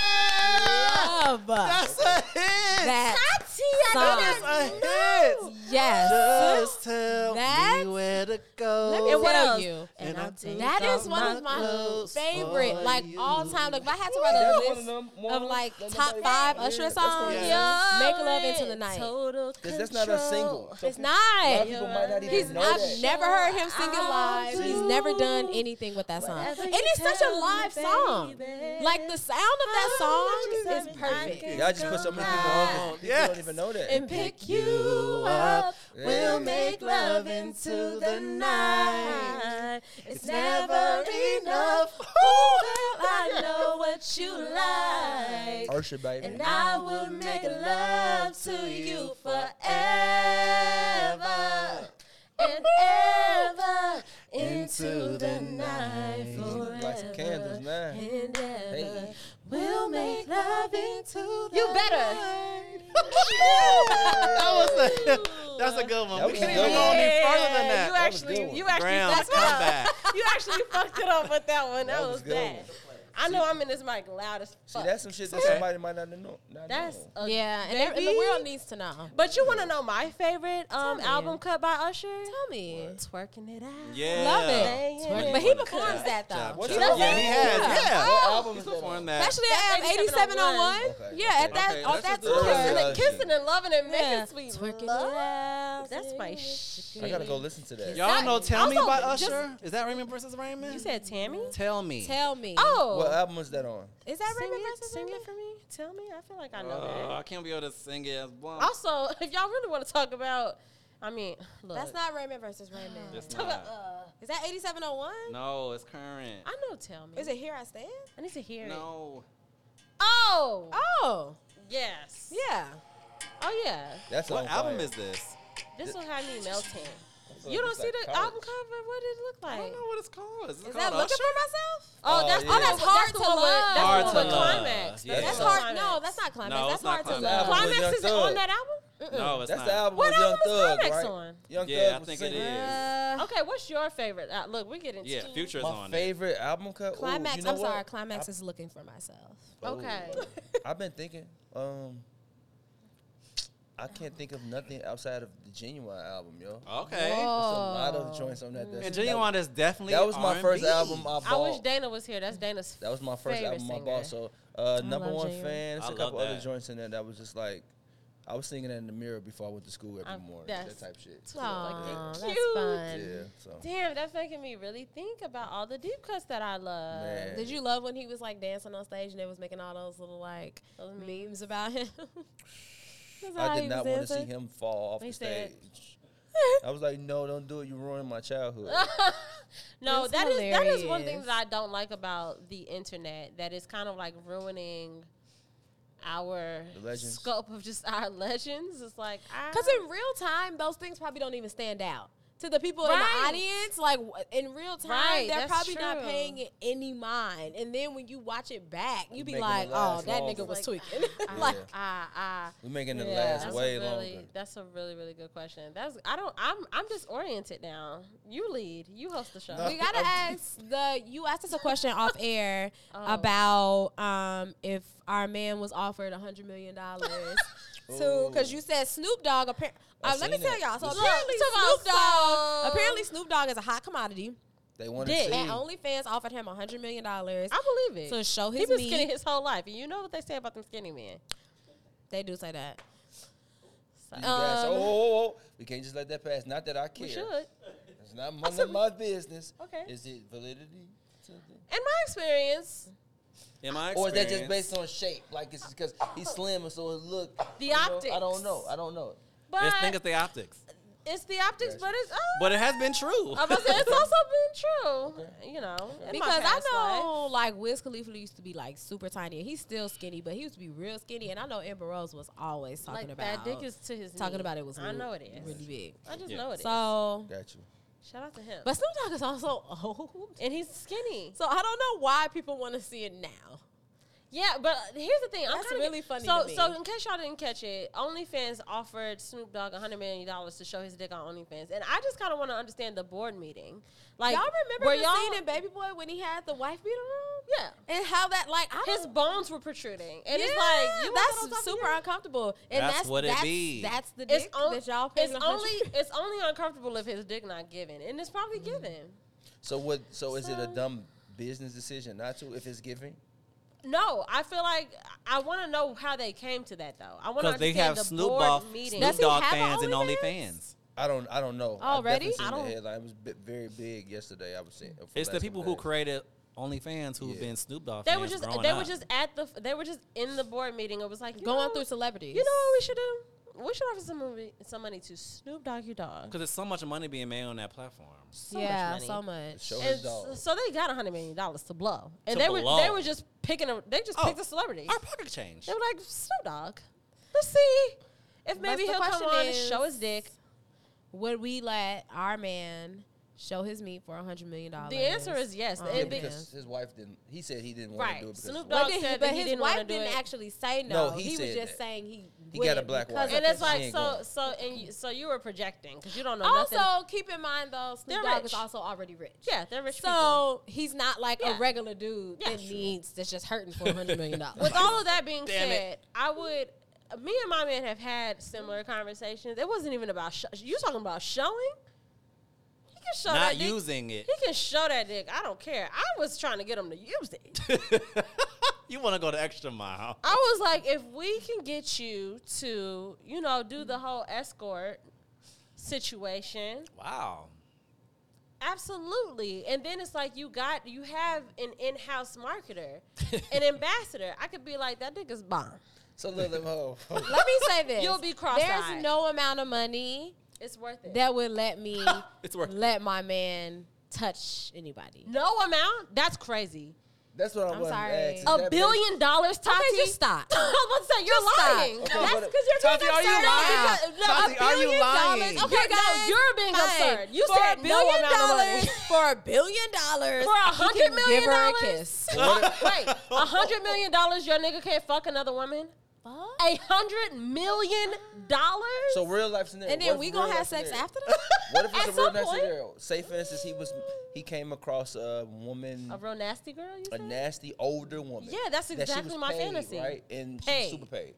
D: Love
B: That's a hit.
D: that
B: That
D: song.
B: is a hit.
D: Yes.
B: Just tell
D: That's-
B: me where to go.
D: Let me
C: And what
D: tell
C: else?
D: you.
B: And I take
D: That
B: off
D: is one of my
B: clothes
D: favorite,
B: for
D: like
B: you.
D: all time. Like if I had to
A: That's
D: write a
A: one
D: list
A: of them- one
D: of
A: them
D: like
A: that
D: top
A: nobody-
D: five
A: yeah,
D: Usher
A: that's one of
D: songs,
B: them.
D: yeah. make love into the night.
C: Total
A: 'Cause that's not a single. So
D: It's
A: people- A lot
D: not.
A: of people might not even
D: He's,
A: know
D: I've
A: that.
D: never heard him sing it
C: I'll
D: live. He's
C: do
D: never done anything with that song, and
C: whatever you
D: it's such a
C: tell me,
D: live song.
C: baby.
D: Like the sound of that song is perfect.
A: Y'all just put so many people on. 'cause People
B: Yes.
A: don't even know that.
D: And pick you up.
A: Yeah.
D: We'll make love into the night. It's never enough. Ooh, girl, I know what you like.
A: Usher, baby.
D: And I will make love to you forever and ever
C: into the night
A: Light some candles
C: forever
A: now.
C: and ever.
A: Hey.
C: We'll make love into the You better.
E: that was a that's a good one.
A: That
E: we
A: was
E: can't
A: a
E: even
A: good
E: go
A: one.
E: any further than that.
C: Yeah, You
A: That was a good
C: actually,
A: one.
C: you actually
E: Grounds
C: fucked it
E: comeback.
C: up. [LAUGHS] You actually fucked it up with that one. That,
A: That
C: was,
A: was good.
C: bad. I know I'm in this mic loud as
A: See,
C: fuck.
A: that's some shit that
E: Okay.
A: somebody might not know. Not
C: That's
A: know.
C: a-
D: Yeah, and, every- and the
C: Baby.
D: world needs to know.
C: But you want to know my favorite um,
D: me.
C: album cut by Usher?
D: Tell me.
C: Twerking it out.
B: Yeah.
D: Love it.
C: Banging
D: But he
C: it.
D: performs that though.
A: What's
B: He
A: that?
B: does
E: Yeah, he has. Yeah.
A: What album is
B: He's
A: that on?
B: performed that.
D: Especially
C: That's
D: at 87 on 1.
A: Okay,
D: Yeah,
A: okay.
D: at that,
B: Okay,
D: on
B: let's just
D: that
B: do it.
D: tour.
C: Kissing
A: Yeah.
C: and, kissing and loving and making
D: Yeah.
C: sweet
D: Twerking it
C: love. That's my shit.
A: I gotta go listen to that.
B: Y'all know Tell Me
C: Also,
B: by
C: just-
B: Usher? Is that Raymond versus Raymond?
C: You said Tammy?
B: Tell Me.
D: Tell me.
C: Oh.
A: What album is that on?
D: Is that
C: sing
D: Raymond
C: it,
D: versus
C: sing
D: Raymond?
C: it for me. Tell me. I feel like I know
B: Uh,
C: that.
B: I can't be able to sing it as one.
C: Also, [LAUGHS] if y'all really want to talk about, I mean, look.
D: That's not Raymond versus Raymond.
B: It's
C: Talk about, uh,
B: not.
D: Is that 8701?
B: No, it's current.
C: I know Tell Me.
D: Is it Here I Stand?
C: I need to hear it.
B: No.
C: Oh.
D: Oh,
C: Yes.
D: yeah.
C: Oh, yeah.
A: That's
B: What
A: on
B: album
A: fire.
B: is this?
C: This will have me melting.
A: That's on-
C: You don't
A: it's
C: see
A: like
C: the
A: college.
C: album cover? What did it look
B: I
C: like?
B: don't know what it's called. Is it
D: Is that
B: called Usher?
D: Looking for Myself?
C: Oh,
A: Oh,
C: that's,
A: yeah.
C: oh, that's,
D: Oh,
C: hard to love. That's
B: Hard
C: the one
B: to
C: with
B: love.
C: climax.
B: Yeah.
D: That's
A: Yeah.
D: hard. No, that's not climax.
B: No,
D: that's
B: it's not
D: hard
B: climax.
D: to
A: That's
D: love.
A: the album with
C: Climax
A: Young
C: is on
A: Thug.
C: that album?
B: No, it's
A: That's
B: not.
A: the album
C: What
A: with Young
C: album is
A: Thug,
C: Climax
A: right?
C: on?
A: Young
B: Yeah,
A: Thug
B: I
A: was
B: think it
A: singing.
B: is.
D: Uh,
C: Okay, what's your favorite? Uh, look, we're getting
B: Yeah,
C: tea.
B: Future's
A: My
B: on it.
A: favorite album cut. Ooh,
D: Climax.
A: you know
D: I'm
A: what?
D: sorry. Climax is looking for myself.
C: Okay.
A: [LAUGHS] I've been thinking. Um, I can't think of nothing outside of the Genuine album, yo. There's
B: Okay.
A: a lot of joints on that. that's-
B: And
A: that-
B: Genuine is definitely
A: That was my
B: R&B.
A: first album I bought.
C: Oh. I wish Dana was here. That's Dana's.
A: that was my first
C: favorite
A: album I
C: singer.
A: bought. So uh, number
C: love
A: one
C: Genuine.
A: fan. It's
B: I
A: a
B: love
A: couple other
B: that.
A: joints in there that was just like, I was singing that in the mirror before I went to school every
C: I'm-
A: morning.
C: that's-
A: That type shit. So,
C: Aw,
A: yeah.
C: that's
D: Cute.
C: fun.
A: Yeah, so
C: Damn, that's making me really think about all the deep cuts that I love.
A: Man.
D: Did you love when he was like dancing on stage and they was making all those little like
C: Those
D: memes about him? [LAUGHS] That's how
A: I
D: he
A: did not
D: was
A: want to see
D: dancing.
A: him fall off
C: He
A: the
C: said- [LAUGHS]
A: stage. I was like, no, don't do it. You ruined my childhood.
C: [LAUGHS] No,
D: That's
C: that is that is one thing
D: hilarious.
C: that I don't like about the internet. That is kind of like ruining our
A: The legends.
C: scope of just our legends. It's like I
D: Because in real time, those things probably don't even stand out to the people in
C: Right.
D: the audience. Like w- in real time,
C: Right,
D: they're
C: that's
D: probably not
C: true.
D: paying it any mind. And then when you watch it back, you be
A: Making it
D: like, "Oh,
A: last
D: that
A: longer.
D: nigga
C: [LAUGHS]
D: was
C: Like, uh,
D: tweaking." [LAUGHS]
C: I-
D: like,
C: I, I,
A: We're making it
D: Yeah,
A: last
C: That's
A: way
C: a really,
A: longer.
C: That's a really, really good question. That's I don't. I'm I'm disoriented now. You lead. You host the show.
A: No.
D: we
A: [LAUGHS]
D: gotta ask the. You asked us a
C: [LAUGHS]
D: question off air
C: Oh.
D: about um, if our man was offered a hundred million dollars
A: [LAUGHS]
D: to because
A: Ooh.
D: you said Snoop Dogg. Appar-
A: I
D: uh, let me
A: seen
D: tell
A: that.
D: y'all. So
A: Look,
D: apparently
C: talk about
D: Snoop
C: some-
D: Dogg. Apparently Snoop Dogg is a hot commodity.
A: They want to
C: Dick.
A: see.
D: And OnlyFans offered him a hundred million dollars
C: I believe it.
D: to show
C: He's
D: his
C: been skinny
D: meat.
C: his whole life. And you know what they say about them skinny men.
D: They do say that.
A: You guys,
D: Um,
A: oh, oh, oh, we can't just let that pass. Not that I care.
C: We should.
A: It's not none of my business.
C: Okay.
A: Is it validity? to the-
C: In my experience,
B: In my
A: Or is
B: experience,
A: that just based on shape? Like it's because he's slim, and so it look.
C: The
A: you know,
C: optics.
A: I don't know. I don't know.
C: but
B: Just think it's the optics.
C: it's the optics. But it's oh,
B: But it has been true.
C: I was
B: [LAUGHS]
C: gonna say, it's also been true. You know, in my
D: Because I
C: past life.
D: know, like Wiz Khalifa used to be like super tiny. and He's still skinny, but he used to be real skinny. And I know Amber Rose was always talking
C: like that
D: about
C: dick is to his.
D: talking
C: knee.
D: about it was.
C: I know it is.
D: really big.
C: I just
B: Yeah.
C: know it is.
D: So,
A: Got you.
C: shout out to him.
D: but Snoop Dogg is also [LAUGHS] old,
C: and he's skinny.
D: so I don't know why people want to see it now.
C: Yeah, but here's the thing. I'm
D: That's
C: kinda
D: really
C: get-
D: funny
C: So,
D: to me.
C: so in case y'all didn't catch it, OnlyFans offered Snoop Dogg 100 million dollars to show his dick on OnlyFans, and I just kind of want to understand the board meeting. Like,
D: y'all remember
C: were
D: the
C: y'all-
D: scene in Baby Boy when he had the wife beater on,
C: Yeah,
D: and how that like I
C: his [LAUGHS]
D: don't-
C: bones were protruding, and it's
D: Yeah,
C: like you
D: that's super
C: uncomfortable.
D: uncomfortable, and
B: That's
D: that's
B: what it
D: that's,
B: be.
D: That's the dick
C: It's, on-
D: that y'all paying
C: it's [LAUGHS]
D: 100
C: only it's only uncomfortable if his dick not given, and it's probably
D: Mm.
C: given.
A: So what? So is it a
C: So-
A: dumb business decision not to if it's giving?
C: No, I feel like I want to know how they came to that though. I want to
B: Because they
C: understand
B: have
C: the
B: Snoop
C: board
B: Dogg,
C: meeting.
B: Snoop
D: Does he
B: Dogg
D: have a
B: fans and
D: OnlyFans?
B: OnlyFans.
A: I don't. I don't know.
D: Already?
A: I, definitely seen
C: I don't-
A: The headline. It was bi- very big yesterday. I was seeing. for
B: It's the
A: last
B: people
A: couple
B: who
A: days.
B: created OnlyFans who've
A: Yeah.
B: been Snoop Dogg
C: They
B: fans
C: were just
B: growing
C: they
B: up.
C: were just at the they were just in the board meeting. It was like you
D: going
C: know,
D: through celebrities.
C: You know what we should do? We should offer some movie, some money to Snoop Doggy Dog.
B: because there's so much money being made on that platform.
C: So
D: yeah,
C: much money.
D: so much.
A: Show
C: And
A: his dog.
C: s- so they got a hundred million dollars to blow, and
B: To
C: they were they
B: blow.
C: were just picking a they just
B: Oh.
C: picked a celebrity.
B: Our pocket change.
C: They were like Snoop Dogg. Let's see if maybe
D: the
C: he'll come
D: question
C: on and
D: is-
C: show his dick.
D: Would we let our man show his meat for a hundred million dollars?
C: The answer is yes.
D: Oh,
C: And
A: Yeah,
C: the-
A: because his wife didn't. He said he didn't want
C: Right.
A: to do it because
C: Snoop
D: But,
A: [LAUGHS]
C: Dogg
D: did he-
C: said that
D: but
C: he
D: his
C: didn't wanna
D: wife
C: do
D: didn't
C: it.
D: actually say
A: No,
D: no.
A: he
D: he was
A: said
D: just
A: that.
D: saying he.
A: He got a
D: wouldn't
A: black wife.
D: because of
C: and it's
D: his-
A: She
C: like
A: ain't
C: so
A: going.
C: so and you, so you were projecting because you don't know
D: Also,
C: nothing.
D: keep in mind though,
C: They're
D: Snoop Dogg
C: rich.
D: is also already rich.
C: Yeah, they're rich people.
D: So he's not like
C: Yeah.
D: a regular dude
C: Yeah,
D: that
C: sure.
D: needs that's just hurting for a hundred million dollars.
C: With all of that being
E: Damn it.
C: said, I would. Me and my man have had similar conversations. It wasn't even about sho you talking about showing. He can show
B: Not
C: that dick.
B: using it.
C: He can show that dick. I don't care. I was trying to get him to use it.
B: [LAUGHS] You want to go the extra mile.
C: I was like, if we can get you to, you know, do the whole escort situation,
B: Wow.
C: absolutely. And then it's like you got you have an in-house marketer, an ambassador. I could be like, that dick is bomb.
A: So let him hold.
C: [LAUGHS]
D: Let me say this:
C: You'll be cross-eyed.
D: There's no amount of money
C: It's worth it.
D: that would
A: [LAUGHS]
D: let me
B: It's worth it.
D: let my man touch anybody.
C: no amount? That's crazy.
A: That's what I
D: I'm
A: wanted
D: sorry.
A: to ask. Is
D: A
A: that
C: A billion dollars, Tati?
D: Okay, just stop.
C: [LAUGHS] I was about to say, you're
D: Just stop.
C: lying.
A: Okay,
C: That's
A: what-
C: because you're
E: Tati,
C: being
E: are you
C: absurd.
E: lying?
C: Because- no,
E: Tati,
C: a
E: are
B: [LAUGHS]
E: you
C: billion dollars- Oh,
E: lying?
C: Okay,
D: Okay,
C: no,
D: guys,
C: you're being
D: fine.
C: absurd. You
D: for
C: said
D: a
C: no
D: billion
C: amount of money. [LAUGHS]
D: dollars for a billion dollars
C: For a
D: he
C: hundred
D: can
C: million
D: give her a
C: dollars?
D: kiss.
C: Wait, a hundred million dollars, your nigga can't fuck another woman. A hundred million dollars.
A: So real life scenario.
D: And
A: What
D: then
A: if
D: we
A: real
D: gonna
A: life
D: have sex
A: scenario?
D: after
A: [LAUGHS]
D: that?
A: What if it's
C: At
A: a real
C: some
A: life
C: point.
A: scenario? Say, for instance, he was he came across a woman,
C: a real nasty girl. You
A: a
C: said?
A: nasty older woman.
C: Yeah, that's
A: that she was
C: exactly my
A: paid,
C: fantasy.
A: Right, and she
C: Paid.
A: was super paid,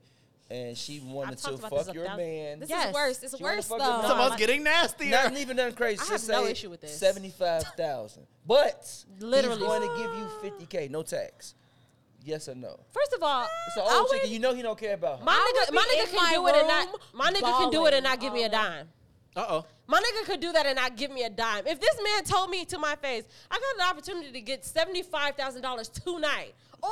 A: and she
C: I've
A: wanted
C: talked
A: to
C: about this
A: fuck
C: a
A: your
C: thousand-
A: man.
D: This
C: Yes.
D: is worse. It's
A: She wanna
D: worse
A: fuck
D: though.
A: with me?
E: Someone's
D: Uh-huh.
C: like-
E: getting nastier.
A: Not even nothing crazy.
C: I
A: Just
C: have no
A: say
C: issue with this.
A: Seventy-five thousand, but
C: Literally.
A: he's going to give you fifty k, no tax. Yes or no?
C: First of all,
A: It's an old chicken. You know he don't care about her.
C: my
D: I
C: nigga,
D: would
C: my
D: be
C: nigga
D: in
C: can
D: my
C: do it and not.
D: room
C: My nigga can do it and
D: bawling
C: not give me a
D: all night.
C: dime.
B: Uh [LAUGHS] oh.
C: My nigga could do that and not give me a dime. If this man told me to my face, I got an opportunity to get $75,000 tonight. Or,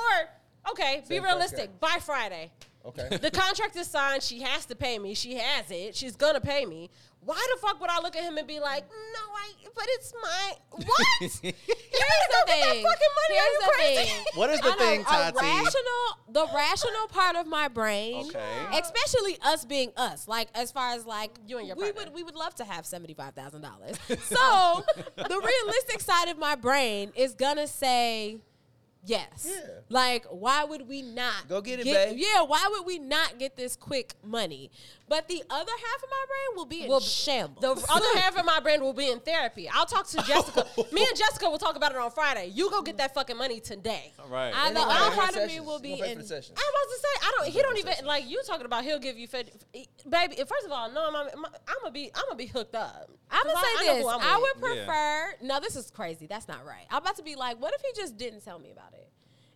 C: okay, be
A: Same
C: realistic,
A: contract.
C: by Friday. [LAUGHS]
A: okay.
C: The contract is signed. She has to pay me. She has it. She's going to pay me. Why the fuck would I look at him and be like, no, I, but it's my, what? you ain't gonna
D: Here's the
C: get that fucking
D: thing.
C: money.
D: Here's the
C: Are you crazy?
D: thing.
E: What is the
D: I know,
E: thing,
D: a
E: Tati?
D: rational, the rational part of my brain,
E: Okay.
D: especially us being us, like as far as like
C: You and your
D: we
C: partner.
D: would we would love to have seventy five thousand dollars. [LAUGHS] So the realistic side of my brain is gonna say. Yes.
A: Yeah.
D: Like, why would we not
A: Go get it, babe.
D: Yeah, why would we not get this quick money? But the other half of my brain will be in
C: Will be-
D: shambles.
C: [LAUGHS] The
D: [LAUGHS]
C: other half of my brain will be in therapy. I'll talk to Jessica. Me and Jessica will talk about it on Friday. You go get that fucking money today.
B: All right.
D: I
A: Ain't nobody
D: know,
A: paying for
D: part of me
A: sessions.
D: will
A: You
D: be
A: gonna pay for
D: in-
A: the sessions.
C: I was about to say I don't. He don't even
A: Conversation.
C: like you talking about. He'll give you fed, f- baby. First of all, no, I'm, I'm, I'm gonna be I'm gonna be hooked up.
D: I'm gonna
C: 'Cause
D: say
C: know
D: this.
C: who I'm
D: I
C: with.
D: would
B: Yeah.
D: prefer. No, this is crazy. That's not right. I'm about to be like, what if he just didn't tell me about it?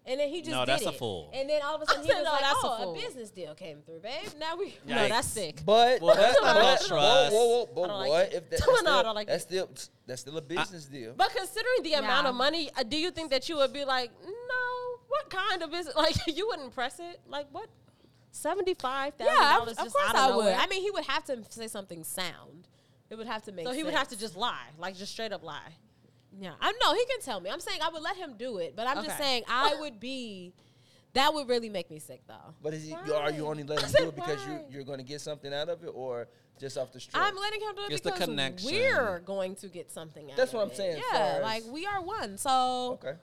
D: And then he just
B: No,
D: did
B: that's a
D: it.
B: fool.
D: And then all of a
C: I
D: sudden he
C: said,
D: was
C: no,
D: like,
C: that's a
D: oh,
C: fool.
D: a business deal came through, babe. Now we
C: No,
B: Yikes.
C: that's sick.
A: But
B: Well,
A: but,
B: that's
A: but,
B: not no
A: whoa,
B: trust.
A: whoa, whoa,
C: I
A: but
C: don't like
A: what
C: it. [LAUGHS]
A: if that, that's,
C: No, no, I
A: still,
C: don't like
A: that's
C: it.
A: still that's still a business deal.
C: But considering the amount
D: Nah.
C: of money, uh, do you think that you would be like, no? What kind of business? [LAUGHS] Like you wouldn't press it? Like what? Seventy five
D: yeah,
C: thousand
D: of,
C: dollars.
D: of course I would. I mean, he would have to say something sound. It would have to make.
C: so he would
D: sense.
C: have to just lie, like just straight up lie.
D: Yeah, I know he can tell me. I'm saying I would let him do it, but I'm just
C: Okay.
D: saying I would be. That would really make me sick, though.
A: But is it, are you
C: Why?
A: only letting
C: I
A: him
C: said
A: do it because
C: why?
A: you you're going to get something out of it, or just off the strip?
D: I'm letting him do it
B: It's the
D: because
B: connection.
D: we're going to get something out.
A: That's
D: of
A: what I'm
D: it.
A: saying, as
D: Yeah,
A: far
D: like
A: as-
D: we are one. So
A: okay.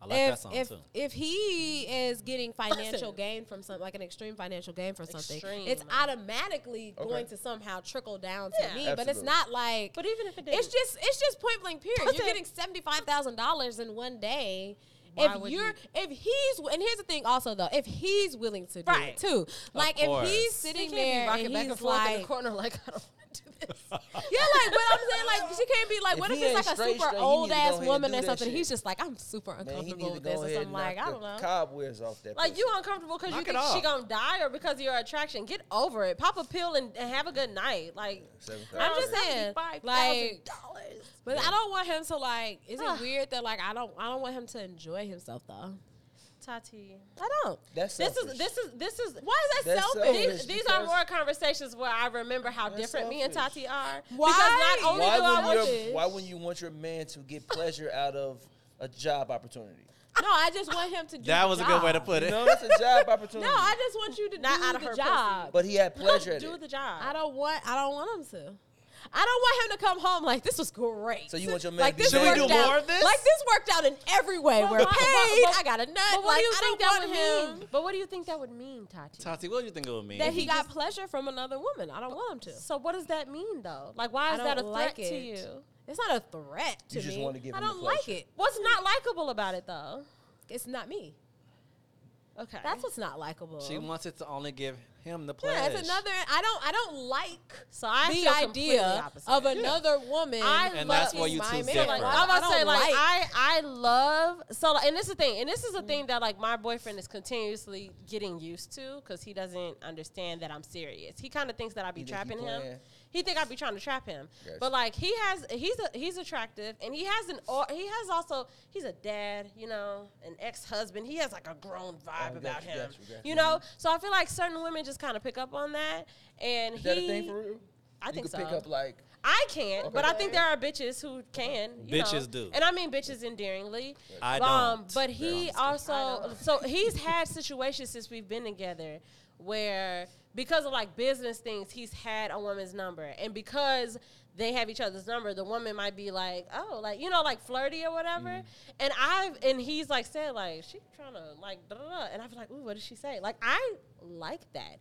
B: I like
D: if,
B: that song
D: if, [LAUGHS]
B: too.
D: if he is getting financial gain from something, like an extreme financial gain from something, it's
C: Extreme.
D: automatically
A: Okay.
D: going to somehow trickle down to
C: Yeah.
D: me. But it's
A: Absolutely.
D: not like.
C: But even if it did,
D: it's just it's just point blank period.
C: Listen.
D: You're getting seventy five thousand dollars in one day.
C: Why
D: if
C: would
D: you're
C: you-
D: if he's and here's the thing also though if he's willing to do
C: Right.
D: it too like if
B: course.
D: he's
C: He can't
D: sitting
C: be
D: there
C: rocking
D: and
C: back
D: he's
C: and forth in
D: like
C: the corner, [LAUGHS] like I don't want to do this.
D: [LAUGHS] yeah, like, but I'm saying, like, she can't be like,
A: If
D: what if
A: he
D: it's
A: ain't
D: like a
A: straight,
D: super
A: straight, he
D: old
A: need to go
D: ass
A: ahead and
D: woman
A: do
D: or
A: that
D: something?
A: shit.
D: He's just like, I'm super
A: Man, he
D: uncomfortable
A: need to
D: with
A: go
D: this. Or
A: ahead
D: something
A: and knock
D: like, I don't
A: the
D: know.
A: cobwebs off that.
C: Like
A: pussy.
C: you uncomfortable because you
B: Knock it
C: think she
B: off.
C: gonna die or because of your attraction. Get over it. Pop a pill and, and have a good night. Like
A: Seven
D: I'm
A: thousand.
D: just saying, like, but I don't want him to like. Is
C: Ah.
D: it weird that like I don't? I don't want him to enjoy himself though.
C: Tati.
D: I don't.
A: that's
C: This is
A: selfish.
C: this is this is
D: Why is that
A: That's
D: selfish?
A: selfish.
C: these, these are
A: because-
C: more conversations where I remember how
A: That's
C: different me and
A: selfish.
C: Tati are.
D: Why?
C: Because not only
A: why
C: do I
A: wouldn't
C: want
A: your-
C: this,
A: why wouldn't you want your man to get pleasure out of a job
C: [LAUGHS]
A: opportunity?
D: No, I just want him to. do
B: That
D: the
B: was a good way to
D: job.
B: put it.
A: No, that's a job opportunity.
D: [LAUGHS] No, I just want you to
C: Not
D: do
C: out of
D: the
C: her pussy.
D: job.
A: but he had pleasure at
C: do
A: it.
C: the job.
D: I don't want. I don't want him to. I don't want him to come home like this was great.
A: So you want your man
D: like
A: to be
D: this
A: Should we
E: do
D: worked out-
E: more of this?
D: Like this worked out in every way.
C: Well,
D: We're
C: why-
D: paid.
C: but- but-
D: I got a nut.
C: But what
D: like,
C: do you
D: I
C: think
D: don't
C: that would
D: want him
C: mean? But what do you think that would mean, Tati?
B: Tati, what do you think it would mean?
D: that he got pleasure from another woman. I don't want him to.
C: So what does that mean though? Like why is
D: I
C: that a
D: don't
C: threat
D: like
C: to
D: it.
C: you?
D: It's not a threat to
A: You just
D: me.
A: wanna give
D: I
A: him the
D: don't like
A: pleasure.
D: it.
C: What's not likable about it though?
D: It's not me.
C: Okay.
D: That's what's not likable.
B: she wants it to only give him the pleasure.
D: yeah, it's another. I don't. I don't like
C: so I
D: the
C: feel completely
D: idea
C: opposite.
D: of another woman.
C: I
B: And
C: love
B: that's where you
D: my
B: two
D: man.
B: differ.
C: like,
D: Like,
C: I'm about to
D: I
C: say,
D: don't
C: like,
D: like-
C: I, I love so, like, and this is the thing, and this is the thing that like my boyfriend is continuously getting used to because he doesn't understand that I'm serious. He kind of thinks that I be
A: He think he
C: trapping him.
A: playing.
C: He think I be trying to trap him,
A: Gotcha.
C: but like he has, he's a, he's attractive, and he has an, au- he has also, he's a dad, you know, an ex husband. He has like a grown vibe
A: Oh,
C: about
A: gotcha,
C: him,
A: gotcha, gotcha.
C: you know. So I feel like certain women just kind of pick up on that, and
A: Is
C: he,
A: that a thing for real?
C: I think
A: you could
C: so.
A: pick up like
C: I can't, but I
A: Okay.
C: think there are bitches who can. you
B: Bitches do.
C: know. and I mean bitches endearingly.
B: I don't.
C: Um, but he
B: Honestly.
C: also, so he's had situations since we've been together where because of like business things, he's had a woman's number, and because they have each other's number, the woman might be like, oh, like you know, like flirty or whatever.
B: Mm.
C: And I've and he's like said like she trying to like, da, da, da. and I was like, ooh, what did she say? Like I like that.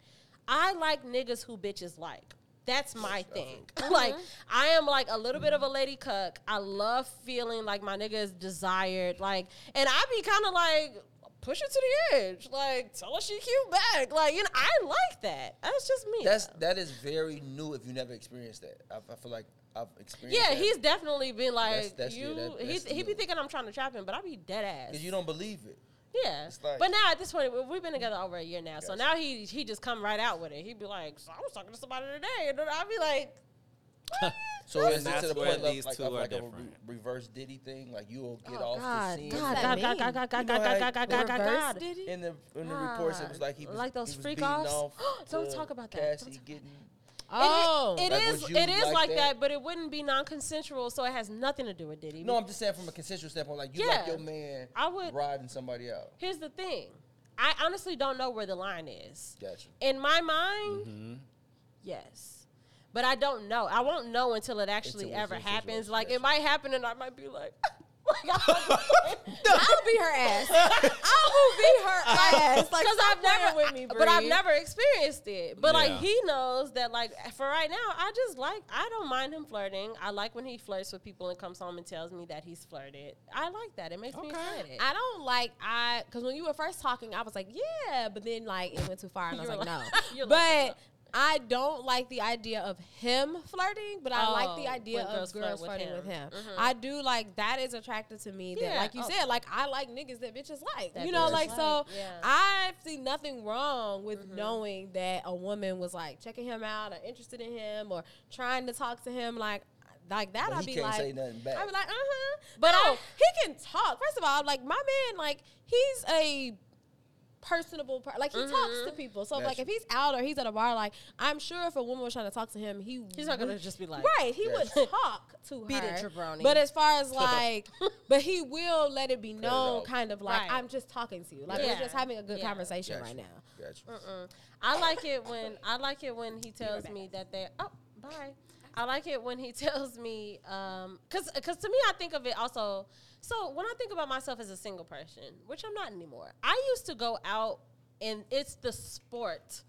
C: I like niggas who bitches like. That's my thing. like I am like a little bit of a lady cuck. I love feeling like my nigga is desired. Like, and I be kind of like push it to the edge. Like tell her she cute back. Like, you know, I like that. That's just me.
A: that's that is very new if you never experienced that. I, I feel like I've experienced.
C: yeah,
A: that.
C: he's definitely been like
A: That's- that's- yeah,
C: you.
A: that-
C: he
A: that's
C: he be
A: new.
C: thinking I'm trying to trap him, but I be dead ass.
A: because you don't believe it.
C: Yeah,
A: It's like-
C: but now at this point we- we've been together over a year now, so
A: Gotcha.
C: now he he just come right out with it. He'd be like, so "I was talking to somebody today," and then I'd be like,
B: [LAUGHS]
A: So is it
B: that's
A: to the
B: where
A: point of
B: these
A: like,
B: two
A: of
B: are
A: like a re-
B: different.
A: reverse Diddy thing? Like you will get
D: Oh,
A: off
D: God,
A: the scene. and-
D: God, that mean?
A: You know how it-
D: Reverse did he?
C: [LAUGHS]
A: in the in the reports, it was like he was
C: Like those
A: he was
C: freak
A: beating
C: offs?
A: off
C: [GASPS] Don't
A: to
C: talk about that. Don't
A: Cassie getting
D: Oh,
C: it
A: Like,
C: is
A: would you
C: it is
A: like
C: like that?
A: that?
C: but it wouldn't be non-consensual, so it has nothing to do with Diddy.
A: no, I'm just saying from a consensual standpoint, like you
C: Yeah.
A: like your man
C: I would-
A: riding somebody out.
C: Here's the thing, I honestly don't know where the line is.
A: Gotcha.
C: In my mind,
A: Mm-hmm.
C: yes. But I don't know. I won't know until it actually
A: Until it's
C: ever
A: a
C: happens.
A: situation,
C: Like
A: gotcha.
C: it might happen, and I might be like, [LAUGHS] like I
D: I'll
B: [LAUGHS]
D: be her ass.
C: [LAUGHS]
D: I will be her ass. Like,
C: because
D: stop
C: I've never,
D: playing with me,
C: but I've
D: Bree.
C: never experienced it. But like
B: Yeah.
C: he knows that, like for right now, I just like I don't mind him flirting. I like when he flirts with people and comes home and tells me that he's flirted. I like that. It makes me excited.
D: I don't like I because when you were first talking, I was like, yeah, but then like it went too far, and I was
C: You were
D: like, no.
C: like- [LAUGHS] you're
D: but
C: like, no.
D: I don't like the idea of him flirting, but I like the
C: Oh,
D: idea
C: when
D: of
C: girls
D: girls,
C: flirt with
D: flirting
C: him. Mm-hmm.
D: with him. I do like that is attractive to me. That
C: Yeah,
D: like you
C: oh.
D: said, like I like niggas that bitches like.
C: That
D: you know,
C: bitches
D: like so
C: like, yeah. Mm-hmm.
D: I've seen nothing wrong with knowing that a woman was like checking him out or interested in him or trying to talk to him like like that.
A: But he
D: I'd be
A: can't
D: like,
A: say nothing back.
D: I'd be like, uh huh.
C: But
D: But
C: I-
D: no, he can talk. First of all, like my man, like he's a personable per- like he talks
C: Mm-hmm.
D: to people so
A: That's
D: like if he's out or he's at a bar like i'm sure if a woman was trying to talk to him he
C: He's not gonna
D: would-
C: just be like,
D: right
B: [LAUGHS]
D: he
A: Yes.
D: would talk to
C: Beat it,
D: her
C: jabroni.
D: but as far as like but he will let it be known
A: out.
D: kind of like
C: Right.
D: i'm just talking to you like
C: Yeah.
D: we're just having a good
C: Yeah.
D: conversation
A: Gotcha.
D: right now
A: Gotcha.
C: Mm. I like it when I like it when he tells me that they oh bye. I like it when he [LAUGHS] tells me um cuz cuz to me I think of it also so when I think about myself as a single person, which I'm not anymore. I used to go out and it's the sport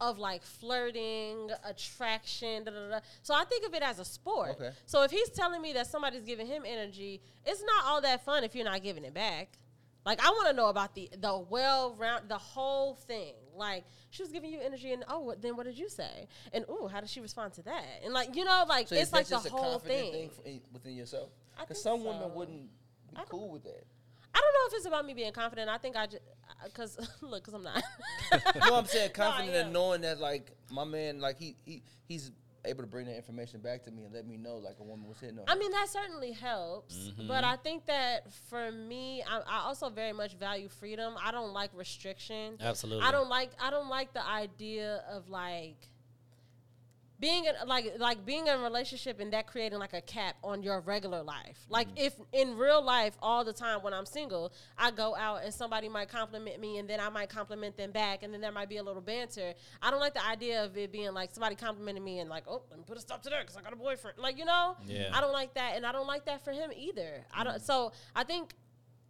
C: of like flirting, attraction, da, da, da. so I think of it as a sport.
A: Okay.
C: So if he's telling me that somebody's giving him energy, it's not all that fun if you're not giving it back. Like I want to know about the the well round the whole thing. Like she was giving you energy, and oh, what, then what did you say? And ooh, how did she respond to that? And like you know, like
A: So
C: it's
A: is
C: like
A: that
C: the
A: just a
C: whole
A: confident
C: thing.
A: thing, for in, within yourself?
C: I
A: Because
C: think
A: some women
C: so.
A: wouldn't be cool with
C: [LAUGHS]
A: that.
C: I don't know if it's about me being confident. I think I just because [LAUGHS] look, because
A: [LAUGHS]
C: I'm not.
A: You know what I'm
C: [LAUGHS]
A: saying? Confident
C: am.
A: in knowing that, like, my man, like, he, he he's able to bring that information back to me and let me know, like, a woman was hitting on
C: I
A: him.
C: mean, that certainly helps, but I think that for me, I, I also very much value freedom. I don't like restriction.
B: Absolutely.
C: I don't like I don't like the idea of like being in, like like being in a relationship and that creating like a cap on your regular life.
B: Mm.
C: Like if in real life all the time when I'm single, I go out and somebody might compliment me and then I might compliment them back and then there might be a little banter. I don't like the idea of it being like somebody complimenting me and like, oh, let me put a stop to that because I got a boyfriend. Like you know,
B: Yeah. Mm.
C: I don't like that and I don't like that for him either. I don't. So I think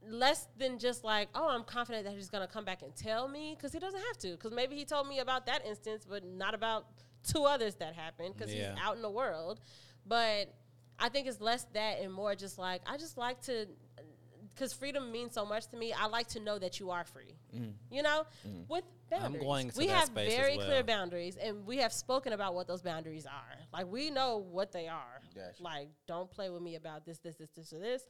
C: less than just like, oh, I'm confident that he's gonna come back and tell me because he doesn't have to. Because maybe he told me about that instance, but not about two others that happened because
B: Yeah.
C: he's out in the world. But I think it's less that and more just like I just like to. Because freedom means so much to me, I like to know that you are free. You know, with boundaries,
B: Mm. going to
C: we
B: that
C: have
B: space as
C: very
B: well.
C: clear boundaries, and we have spoken about what those boundaries are. Like we know what they are.
A: Gotcha.
C: Like don't play with me about this, this, this, this, or this.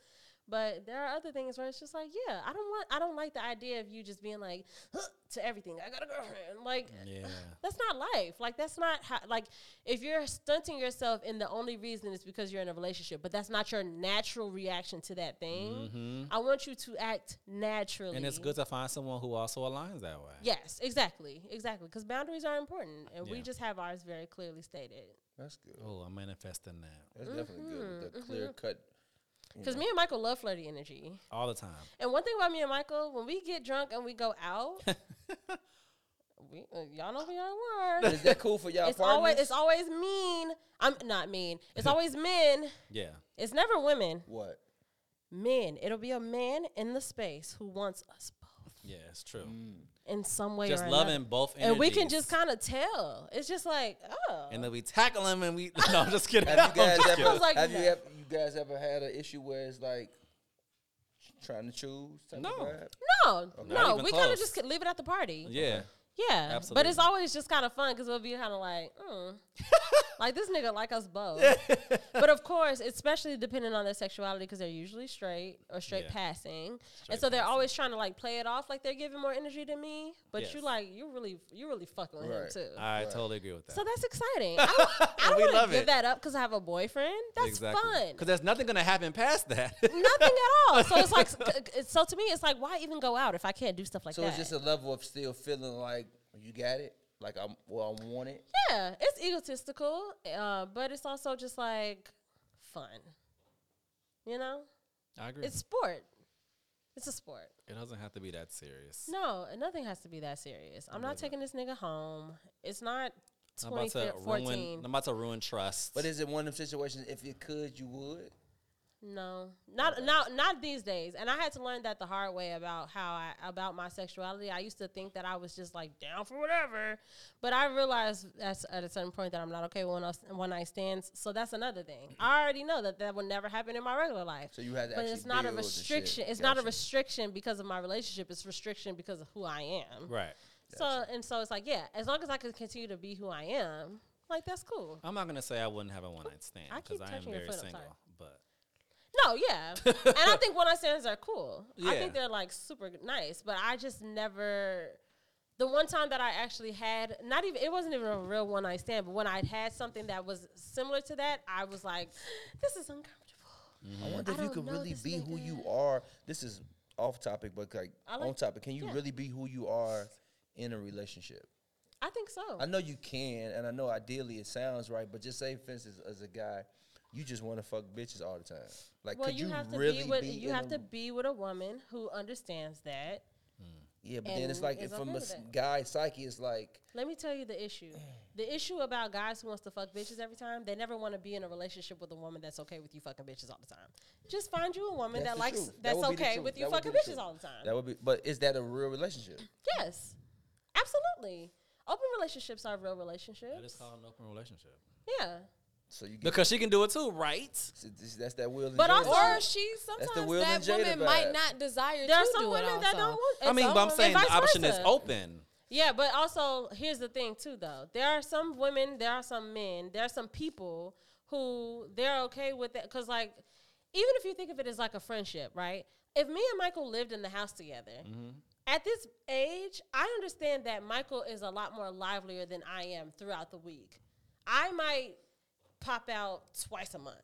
C: But there are other things where it's just like, yeah, I don't want, I don't like the idea of you just being like "Huh," to everything. I got a girlfriend. Like,
B: Yeah.
C: that's not life. Like that's not how. Like if you're stunting yourself, and the only reason is because you're in a relationship, but that's not your natural reaction to that thing.
D: Mm-hmm.
C: I want you to act naturally.
B: Mm-hmm. And it's good to find someone who also aligns that way.
C: Yes, exactly, exactly. Because boundaries are important, and we
B: Yeah.
C: just have ours very clearly stated.
A: That's good.
B: Oh, I'm manifesting that
A: That's definitely good. With the clear cut.
C: Because Mm-hmm, me and Michael love flirty energy.
B: all the time. [LAUGHS]
C: And one thing about me and Michael, when we get drunk and we go out, we uh, y'all know who y'all are.
A: Is that cool for y'all
C: [LAUGHS] It's
A: partners?
C: always it's always mean. I'm not mean.
B: [LAUGHS]
C: It's always men.
B: Yeah.
C: It's never women.
A: [LAUGHS] what?
C: Men. It'll be a man in the space who wants us both
B: Yeah, it's true.
D: Mm.
C: in some way.
B: Just
C: or
B: loving
C: another.
B: both
C: And we can just
B: energies.
C: kind of tell. It's just like, oh,
B: And then we tackle them and we. [LAUGHS] No, I'm just kidding.
A: Have you
B: I'm
A: guys
B: just
A: ever?
B: kidding.
C: was like,
A: have you
C: no.
A: ever, you guys ever had an issue where it's like trying to choose? Type
B: No.
A: Of vibe?
C: no,
B: Not
C: no,
B: even
C: we kind of
B: close.
C: just could leave it at the party.
B: [LAUGHS] Yeah.
C: Yeah, but it's
B: Absolutely.
C: always just kind of fun because we'll be kind of like, mm. like this nigga like us both. but of course, especially depending on their sexuality, because they're usually straight or straight
B: Yeah.
C: passing,
B: Straight
C: and so they're always trying to like play it off like they're giving more energy to me, but you
B: Yes.
C: like you really you really fucking with him
A: Right.
C: too.
B: I totally agree with that.
C: so that's exciting. I don't, I don't
B: We
C: want
B: love
C: to give
B: it.
C: that up because I have a boyfriend. That's fun
B: Because there's nothing going to happen past
C: [LAUGHS]
B: that.
C: nothing at all. So it's like, it's- so to me, it's like, why even go out if I can't do stuff like
A: So
C: that?
A: it's just a level of still feeling like you got it. Like I'm. Well, I want it.
C: yeah, it's egotistical, uh, but it's also just like fun. You know,
B: [LAUGHS] I agree.
C: it's sport. It's a sport.
B: it doesn't have to be that serious.
C: No, and nothing has to be that serious. I'm not taking this nigga home. It's not
B: I'm about to ruin.
C: 2014.
B: I'm about to ruin trust.
A: But is it one of them situations? If you could, you would.
C: No, not not not these days. And I had to learn that the hard way about how I about my sexuality. I used to think that I was just like down for whatever, but I realized that's at a certain point that I'm not okay with one us- one night stands. So that's another thing. I already know that that would never happen in my regular life.
A: So you had to
C: but
A: actually
C: it's not a
A: build the shit.
C: restriction. It's not a
A: Gotcha.
C: restriction because of my relationship. It's restriction because of who I am.
B: right.
C: So and so it's like yeah, as long as I can continue to be who I am, like that's cool.
B: I'm not going to say I wouldn't have a one night stand
C: I
B: because
C: keep
B: I, am
C: touching your
B: very
C: foot, I'm
B: single.
C: sorry.
B: But
C: No, yeah. and I think one night stands are cool. I
B: Yeah.
C: think they're like super nice, but I just never. The one time that I actually had, not even, it wasn't even a real one night stand, but when I'd had something that was similar to that, I was like, this is uncomfortable.
A: I wonder
C: I
A: if you
C: don't
A: could
C: know
A: really
C: this
A: be who
C: nigga.
A: you are. This is off topic, but like,
C: I like-
A: on topic. Can you
C: yeah.
A: really be who you are in a relationship?
C: I think so.
A: I know you can, and I know ideally it sounds right, but just say, for instance, as a guy, you just want to fuck bitches all the time. Like,
C: well,
A: could you,
C: you have to
A: really
C: be with you
A: in
C: have
A: a-
C: to be with a woman who understands that.
A: Yeah, but then it's
C: and
A: like
C: is
A: if from
C: okay
A: a
C: with
A: s-
C: that.
A: guy psyche, it's like
C: Let me tell you the issue. The issue about guys who wants to fuck bitches every time, they never want to be in a relationship with a woman that's okay with you fucking bitches all the time. Just find you a woman
A: That's
C: that
A: the
C: likes
A: truth. That
C: that's
A: would be the
C: okay
A: truth.
C: with you
A: That would be
C: fucking
A: the
C: bitches
A: truth.
C: all the time.
A: that would be. But is that a real relationship?
C: Yes, absolutely. Open relationships are real relationships.
B: that is called an open relationship.
C: yeah.
A: So you get
B: [LAUGHS] Because she can do it too, right?
A: so this- that's that will. and
C: But
A: Jada
C: also-
A: shit.
D: Or she sometimes
A: the Will and
D: that
A: Jada
D: woman
A: vibe.
D: might not
C: There
D: desire to
C: are some
D: do it
C: women that
D: also.
C: don't want.
B: I
C: and
B: mean,
C: some
B: but I'm
C: women-
B: saying
C: vice
B: the option is
C: versa.
B: open.
C: Yeah, but also here's the thing too, though. There are some women, there are some men, there are some people who they're okay with that because, like, even if you think of it as like a friendship, right? If me and Michael lived in the house together. At this age, I understand that Michael is a lot more livelier than I am throughout the week. I might pop out twice a month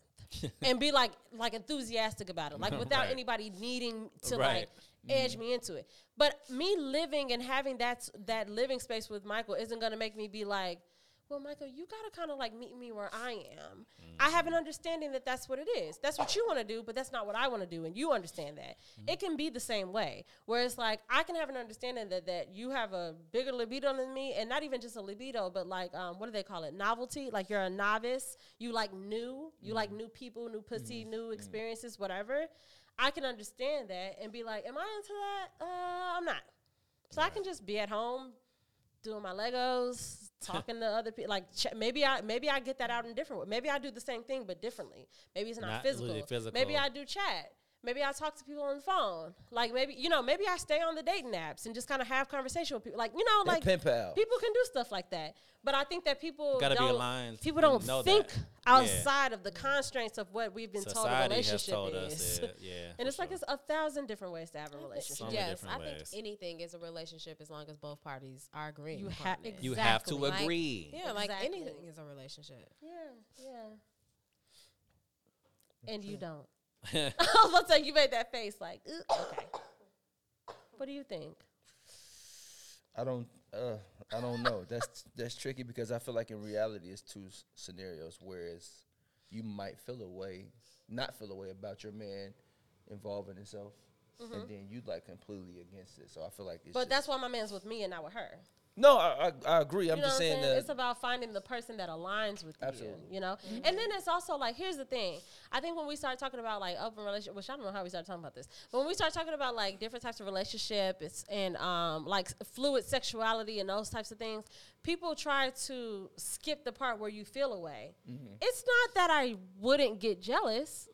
C: and be like like enthusiastic about it, like without
B: Right.
C: anybody needing to
B: Right.
C: like edge me into it. But me living and having that that living space with Michael isn't gonna make me be like, well, Michael, you got to kind of like meet me where I am. I have an understanding that that's what it is. That's what you want to do, but that's not what I want to do. And you understand that. It can be the same way, where it's like, I can have an understanding that, that you have a bigger libido than me, and not even just a libido, but like, um, what do they call it? Novelty. Like you're a novice. You like new. You like new people, new pussy, new experiences, whatever. I can understand that and be like, am I into that? Uh, I'm not. So I can just be at home doing
B: [LAUGHS]
C: my Legos, talking to other people. Like ch- maybe I maybe I get that out in a different way. Maybe I do the same thing but differently. Maybe it's not,
B: Not
C: physical.
B: really physical.
C: Maybe I do chat. Maybe I talk to people on the phone. Like maybe you know maybe I stay on the dating apps and just kind of have conversation with people. Like you know
A: That
C: like
A: pen pal.
C: people can do stuff like that. But I think that people
B: Gotta be
C: don't,
B: aligned
C: People
B: and
C: don't
B: know
C: think
B: that. Yeah.
C: outside of the constraints of what we've been told a
B: Society
C: relationship
B: has told
C: is.
B: us that. Yeah.
C: [LAUGHS] and
B: for
C: it's like
B: sure.
C: it's a thousand different ways to have a relationship.
B: So many
D: yes, I
B: different
D: think
B: ways.
D: anything is a relationship as long as both parties are agreeing.
C: You
D: upon
C: have
D: it.
B: you have
C: exactly,
B: to
D: like-
B: agree.
D: Yeah, like
C: Exactly.
D: anything is a relationship.
C: Yeah, yeah. And you don't. [LAUGHS]
B: yeah.
C: I was about to say you made that face like, "Ooh,"
A: [COUGHS]
C: okay. What do you think?
A: I don't. Uh, I don't know. That's that's tricky because I feel like in reality it's two s- scenarios. Whereas you might feel a way, not feel a way about your man involving himself, and then you like completely against it. So I feel like it's.
C: Mm-hmm. But
A: just-
C: that's why my man's with me and not with her.
A: no. I I, I agree. I'm
C: you know
A: just
C: what
A: saying
C: I'm saying?
A: that.
C: it's about finding the person that aligns with
A: Absolutely. Mm-hmm.
C: you. You know, and then it's also like here's the thing. I think when we start talking about like open relationship, which I don't know how we started talking about this, but when we start talking about like different types of relationship, it's and um like s- fluid sexuality and those types of things, people try to skip the part where you feel away.
A: Mm-hmm.
C: It's not that I wouldn't get jealous,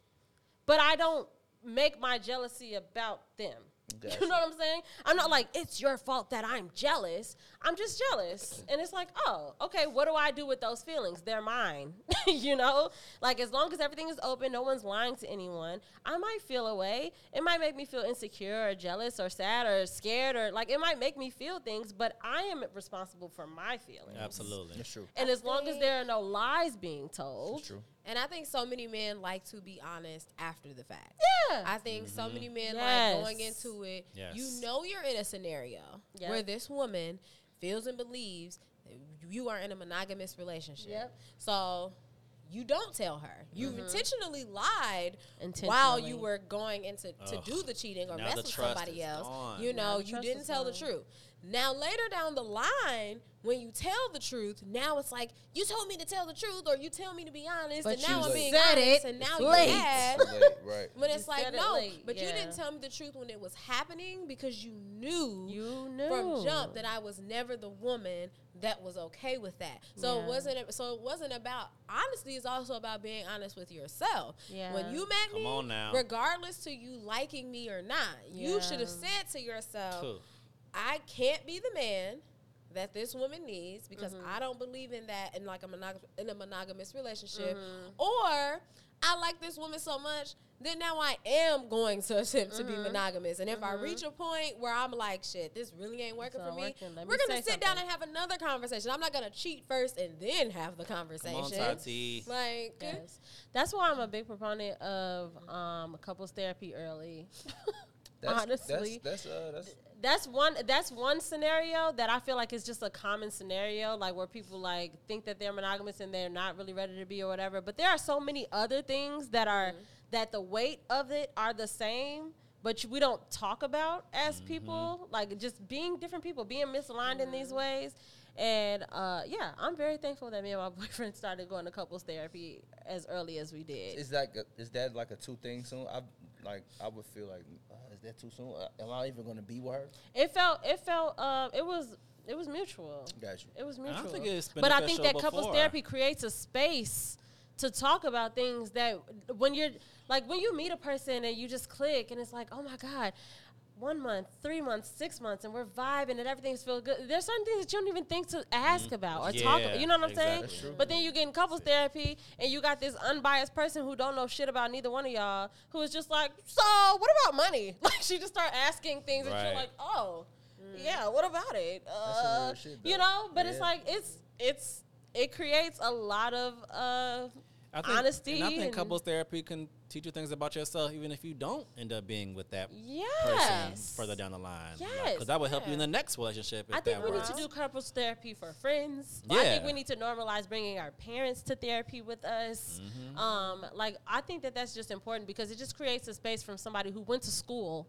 C: but I don't make my jealousy about them.
A: Gotcha.
C: [LAUGHS] You know what I'm saying? I'm not like it's your fault that I'm jealous. I'm just jealous, and it's like, oh, okay. What do I do with those feelings? They're mine. [LAUGHS] you know, like as long as everything is open, no one's lying to anyone. I might feel away. It might make me feel insecure or jealous or sad or scared or like it might make me feel things. But I am responsible for my feelings.
B: [LAUGHS] Absolutely.
A: That's true.
C: And as long as there are no lies being told,
A: It's true.
D: And I think so many men like to be honest after the fact.
C: yeah,
D: I think so many men
C: Yes.
D: like going into it.
B: Mm-hmm. Yes.
D: You know you're in a scenario
C: Yep.
D: where this woman feels and believes that you are in a monogamous relationship.
C: Yep.
D: So you don't tell her. You intentionally lied while
C: Mm-hmm. Intentionally.
D: you were going into to
B: Ugh.
D: do the cheating or
B: Now
D: mess
B: the
D: with
B: trust
D: somebody
B: is
D: else.
B: gone.
D: You
C: Now
D: know,
C: the
D: you
C: trust
D: didn't
C: is
D: tell the
C: gone.
D: truth. Now later down the line, when you tell the truth, now it's like you told me to tell the truth or you tell me to be honest,
C: But
D: and now
A: you
D: I'm being
C: said it
D: honest, and now you're
C: late.
D: mad.
A: Too late, right.
D: But it's
C: You
D: like
C: said it
D: no,
C: late,
D: but you
C: yeah.
D: didn't tell me the truth when it was happening because you knew
C: you knew
D: from jump that I was never the woman that was okay with that. So
C: Yeah.
D: it wasn't so it wasn't about honesty is also about being honest with yourself.
C: Yeah.
D: When you met
B: Come
D: me,
B: on now.
D: regardless to you liking me or not,
C: Yeah.
D: you should have said to yourself,
B: Phew.
D: I can't be the man that this woman needs because
C: Mm-hmm.
D: I don't believe in that in like a monog- in a monogamous relationship.
C: Mm-hmm.
D: Or I like this woman so much that now I am going to attempt to
C: Mm-hmm.
D: be monogamous. And if I reach a point where I'm like, shit, this really ain't working
C: not
D: for me,
C: working. Let me
D: we're gonna
C: say
D: sit down
C: something.
D: and have another conversation. I'm not gonna cheat first and then have the
B: Come
D: conversation.
B: on, Tati.
D: Like [LAUGHS]
C: Yes. That's why I'm a big proponent of um, couples therapy early.
A: That's,
C: Honestly.
A: that's that's uh, that's
C: That's one that's one scenario that I feel like is just a common scenario, like where people like think that they're monogamous and they're not really ready to be or whatever. But there are so many other things that are that the weight of it are the same, but we don't talk about as people. Like just being different people, being misaligned in these ways. And uh, yeah, I'm very thankful that me and my [LAUGHS] boyfriend started going to couples therapy as early as we did.
A: is that g- is that like a two thing soon? I like I would feel like uh, is that too soon? Uh, am I even gonna be with her?
C: It felt it felt um it was it was mutual.
A: Got you.
C: It was
B: don't
C: mutual.
B: think it's
C: but I think that
B: beneficial
C: couples
B: before.
C: therapy creates a space to talk about things that when you're like when you meet a person and you just click and it's like, "Oh my god, one month, three months, six months, and we're vibing and everything's feel good. There's certain things that you don't even think to ask about or talk
B: Mm. Yeah,
C: about. You know what I'm
B: exactly. That's
C: saying?
B: true.
C: But then you get in couples therapy and you got this unbiased person who don't know shit about neither one of y'all who is just like, so what about money? [LAUGHS] Like she just start asking things and you're
B: Right.
C: like, oh, yeah, what about it?
A: some
C: Uh,
A: real shit,
C: you
A: though.
C: know, but it's
A: Yeah.
C: like it's it's it creates a lot of uh
B: I think,
C: honesty
B: And I think
C: and-
B: couples therapy can teach you things about yourself, even if you don't end up being with that person
C: Yes.
B: further down the line.
C: Yes,
B: because that would help you in
D: yeah.
B: the next relationship. If
C: I think
B: that
C: we need
B: works.
C: to do couples therapy for friends. I think
B: Yeah.
C: we need to normalize bringing our parents to therapy with us.
B: Mm-hmm.
C: Um, like I think that that's just important because it just creates a space from somebody who went to school,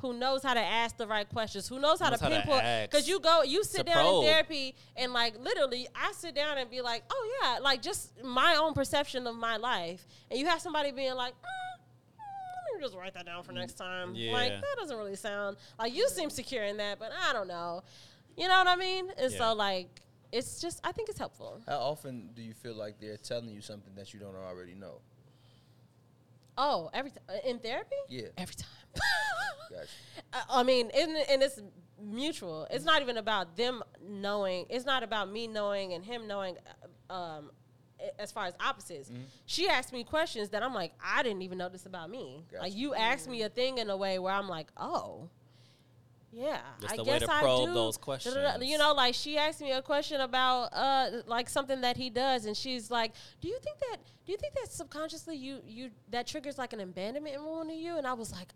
C: who knows how to ask the right questions, who knows how
B: Knows
C: to
B: how to
C: pinpoint.
B: ask,
C: Because you go, you
B: to
C: sit down
B: probe.
C: in therapy and like literally, I sit down and be like, oh yeah, like just my own perception of my life, and you have somebody being like. "Mm, mm, let me Just write that down for next time. Like
B: yeah.
C: that doesn't really sound like you seem secure in that, but I don't know. You know what I mean? And
B: Yeah.
C: so like it's just I think it's helpful.
A: How often do you feel like they're telling you something that you don't already know?
C: Oh, every t- in therapy?
A: Yeah.
C: Every time.
B: [LAUGHS]
A: Gotcha.
C: I- I mean, and, and it's mutual. It's not even about them knowing. It's not about me knowing and him knowing. uh, Um, a- as far as opposites,
B: Mm-hmm.
C: she asked me questions that I'm like, I didn't even know this about me. Like
A: Gotcha.
C: you asked
B: Mm-hmm.
C: me a thing in a way where I'm like, oh. Yeah,
B: Just
C: I
B: the way
C: guess
B: to
C: I
B: probe
C: do.
B: those
C: Da-da-da. [LAUGHS] You
B: questions.
C: know, like she asked me a question about uh, like something that he does, and she's like, "Do you think that? Do you think that subconsciously you you that triggers like an abandonment wound in you?" And I was like,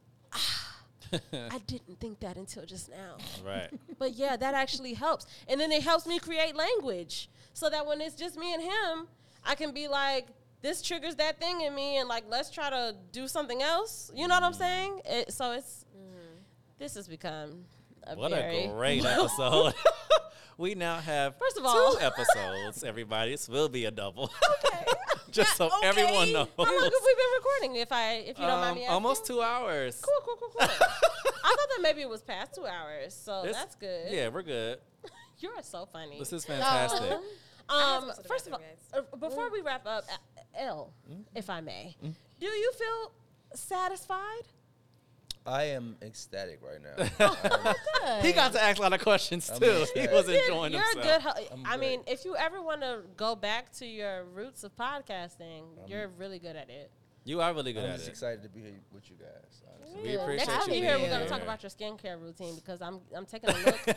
C: [LAUGHS] I didn't think that until just now.
B: [LAUGHS] right.
C: But yeah, that actually helps. And then it helps me create language so that when it's just me and him, I can be like, this triggers that thing in me, and like, let's try to do something else. You know what I'm
B: Mm.
C: saying? It, so it's, this has become a
B: What
C: very.
B: a
C: [LAUGHS]
B: great episode. we now have
C: First of all- [LAUGHS]
B: two episodes, everybody. This will be a double. [LAUGHS] Just so
D: Yeah, okay.
B: everyone knows.
C: How long have we been recording? If I, if you don't mind
B: Um,
C: me asking.
B: almost two hours.
C: Cool, cool, cool, cool. I thought that maybe it was past two hours, so
B: This-
C: that's good.
B: Yeah, we're good.
C: you are so funny.
B: This is fantastic.
D: have to
C: Um,
D: go to Mm. the
C: first of all,
D: bathroom,
C: uh, before we wrap up, uh, L,
B: Mm.
C: if I may, do you feel satisfied?
A: I am ecstatic right
B: [LAUGHS]
A: now.
B: He got to ask a lot of questions
A: I'm
B: too. He
A: excited.
B: was
C: Oh, You're-
B: enjoying
C: you're
B: himself.
C: a good. Ho-
A: I'm
C: I mean,
A: great.
C: if you ever want to go back to your roots of podcasting,
B: Um,
C: you're really good at it.
B: You are really good
A: I'm
B: at
A: just
B: it.
A: excited to be here with you guys. Honestly.
B: We appreciate
C: Next time
B: you.
C: you're here,
B: being
C: we're going to
B: here. [LAUGHS]
C: talk about your skincare routine because I'm I'm taking a look.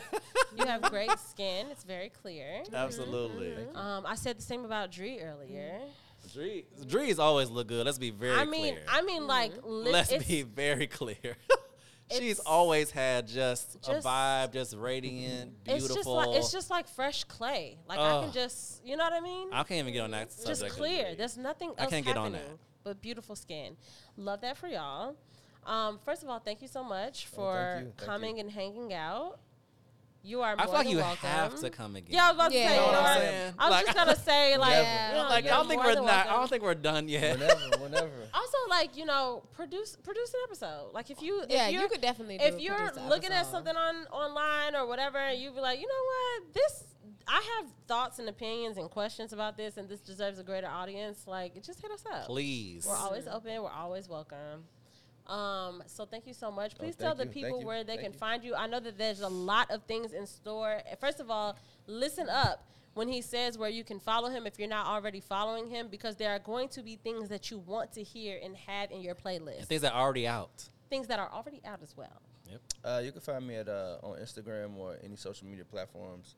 C: you have
B: [LAUGHS]
C: great skin; it's very clear.
B: Absolutely.
C: Um, I said the same about Dree earlier.
D: Mm-hmm.
B: Dree, Drees always look good. Let's be very
C: I mean,
B: clear.
C: I mean, like,
D: Mm-hmm.
C: li-
B: Let's
C: it's-
B: be very clear. [LAUGHS] She's
C: it's-
B: always had just,
C: Just-
B: a vibe, just radiant, beautiful.
C: It's just like it's just like fresh clay. Like I can
B: Ugh.
C: just, you know what I mean?
B: I can't even get on that subject.
C: just
B: of
C: clear.
B: Dree.
C: There's nothing else
B: I can't get on
C: happening
B: that.
C: but beautiful skin. Love that for y'all. Um, first of all, thank you so much
D: Oh,
C: for
A: you, thank you.
C: coming and hanging out. You are.
B: I
C: more
B: feel like
C: than
B: you
C: welcome.
B: have to come again.
C: Yeah, I was about
D: Yeah.
C: to say.
D: You know
C: you
D: what I'm
C: are-
B: saying?
C: I was
B: Like-
C: just gonna say like,
D: Yeah.
C: you know,
B: like
C: you're
B: I don't think
C: more
B: we're
C: than
B: not. I
C: welcome.
B: don't think we're done yet.
A: Whenever, whenever.
C: Also, like you know, produce produce an episode. Like if you
D: Yeah,
C: if
D: you
C: you're-
D: could definitely do
C: if
D: a
C: you're
D: producer
C: looking at
D: episode.
C: something on online or whatever, and you be like, you know what, this I have thoughts and opinions and questions about this, and this deserves a greater audience. Like, just hit us up.
B: Please.
C: We're always open. We're always welcome. Um, so thank you so much. Please tell
A: Oh, thank
C: the
A: you,
C: people
A: thank you,
C: where they
A: thank
C: can
A: you.
C: find you. I know that there's a lot of things in store. First of all, listen up when he says where you can follow him if you're not already following him, because there are going to be things that you want to hear and have in your playlist.
B: Things that are already out.
C: Things that are already out as well.
B: Yep.
A: Uh, you can find me at uh, on Instagram or any social media platforms.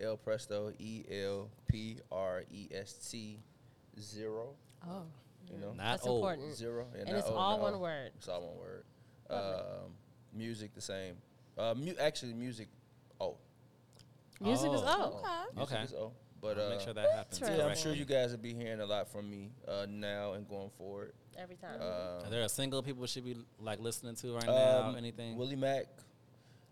A: El Presto, E L P R E S T zero.
C: Oh.
A: You know,
B: Not
C: That's
B: old.
C: important.
A: zero, yeah,
C: And
A: not
C: it's
A: old,
C: all
A: not
C: one
A: old.
C: word.
A: It's all one word. Um, music the same. Uh, mu- actually, music. Oh,
C: Music is
B: Oh.
C: oh.
A: Music
B: Okay.
A: is oh, but
B: I'll
A: uh,
B: make sure that happens.
C: Interesting.
A: yeah, I'm sure
B: correctly.
A: you guys will be hearing a lot from me uh, now and going forward.
C: every time.
A: Um,
B: Are there a single people should be like listening to right
A: Um,
B: now? Anything?
A: Willie Mack,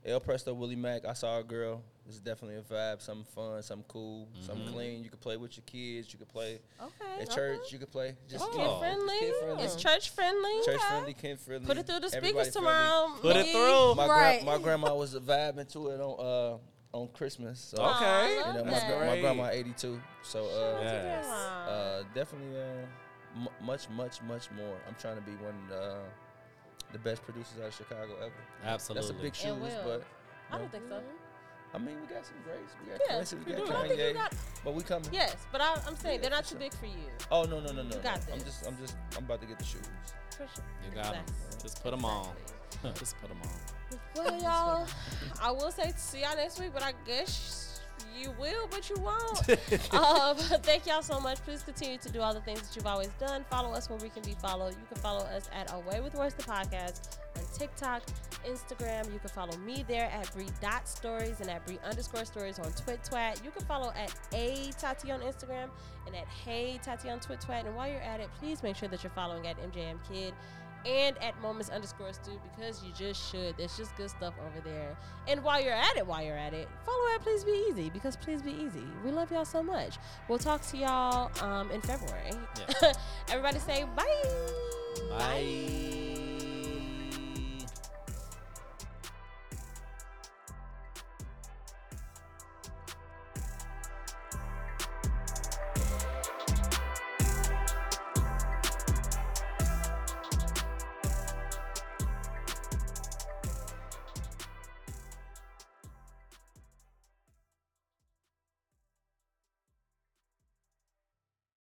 A: El Presto, Willie Mack. I saw a girl. It's definitely a vibe. Something fun, something cool,
B: Mm-hmm.
A: something clean. You can play with your kids. You can play
C: okay.
A: at church. You can play just
B: It's
A: you know,
B: Oh.
A: just kid
C: Kid friendly.
A: friendly.
C: It's church friendly.
A: Church friendly, kid friendly.
C: Put it through the
A: everybody
C: speakers
A: friendly.
C: tomorrow.
B: Put it
C: Monique.
B: through.
A: My,
D: Right.
A: gra- my grandma was vibing to it on uh, on Christmas. So
C: Aw, I
B: Okay.
A: you know,
C: love
A: my,
C: that.
A: gra- my
B: Great.
A: grandma 82. So uh,
B: Yeah. Yes.
C: Grandma.
A: uh, definitely uh, m- much, much, much more. I'm trying to be one of the, uh, the best producers out of Chicago ever.
B: Absolutely.
A: That's a big
C: It
A: shoes,
C: will.
A: but
C: I don't think so.
A: I mean, we got some greats. We got
C: Yeah,
A: Quincy, we
C: we
A: uh, got
C: do. I don't think you
A: Kanye,
C: got-
A: but we coming.
C: Yes, but I, I'm saying
A: Yeah,
C: they're not
A: for
C: too
A: sure.
C: big for you.
A: Oh no no no no!
C: You got
A: no. I'm
C: this.
A: just I'm just I'm about to get the shoes.
C: For sure.
B: You got 'em.
C: Exactly.
B: Just put them on. [LAUGHS]
C: Exactly.
B: Just put them on.
C: Well, y'all, I will say see y'all next week, but I guess you will, but you won't. um, thank y'all so much. Please continue to do all the things that you've always done. Follow us where we can be followed. You can follow us at Away with Words the podcast on TikTok, Instagram. You can follow me there at Bree dot stories and at Bree underscore stories on Twit Twat. You can follow at A Tati on Instagram and at Hey Tati on Twit Twat. And while you're at it, please make sure that you're following at MJM Kid and at moments underscore stu because you just should. There's just good stuff over there. And while you're at it, while you're at it, follow at Please Be Easy because Please Be Easy. We love y'all so much. We'll talk to [LAUGHS] y'all um, in February. Everybody say bye.
B: Bye.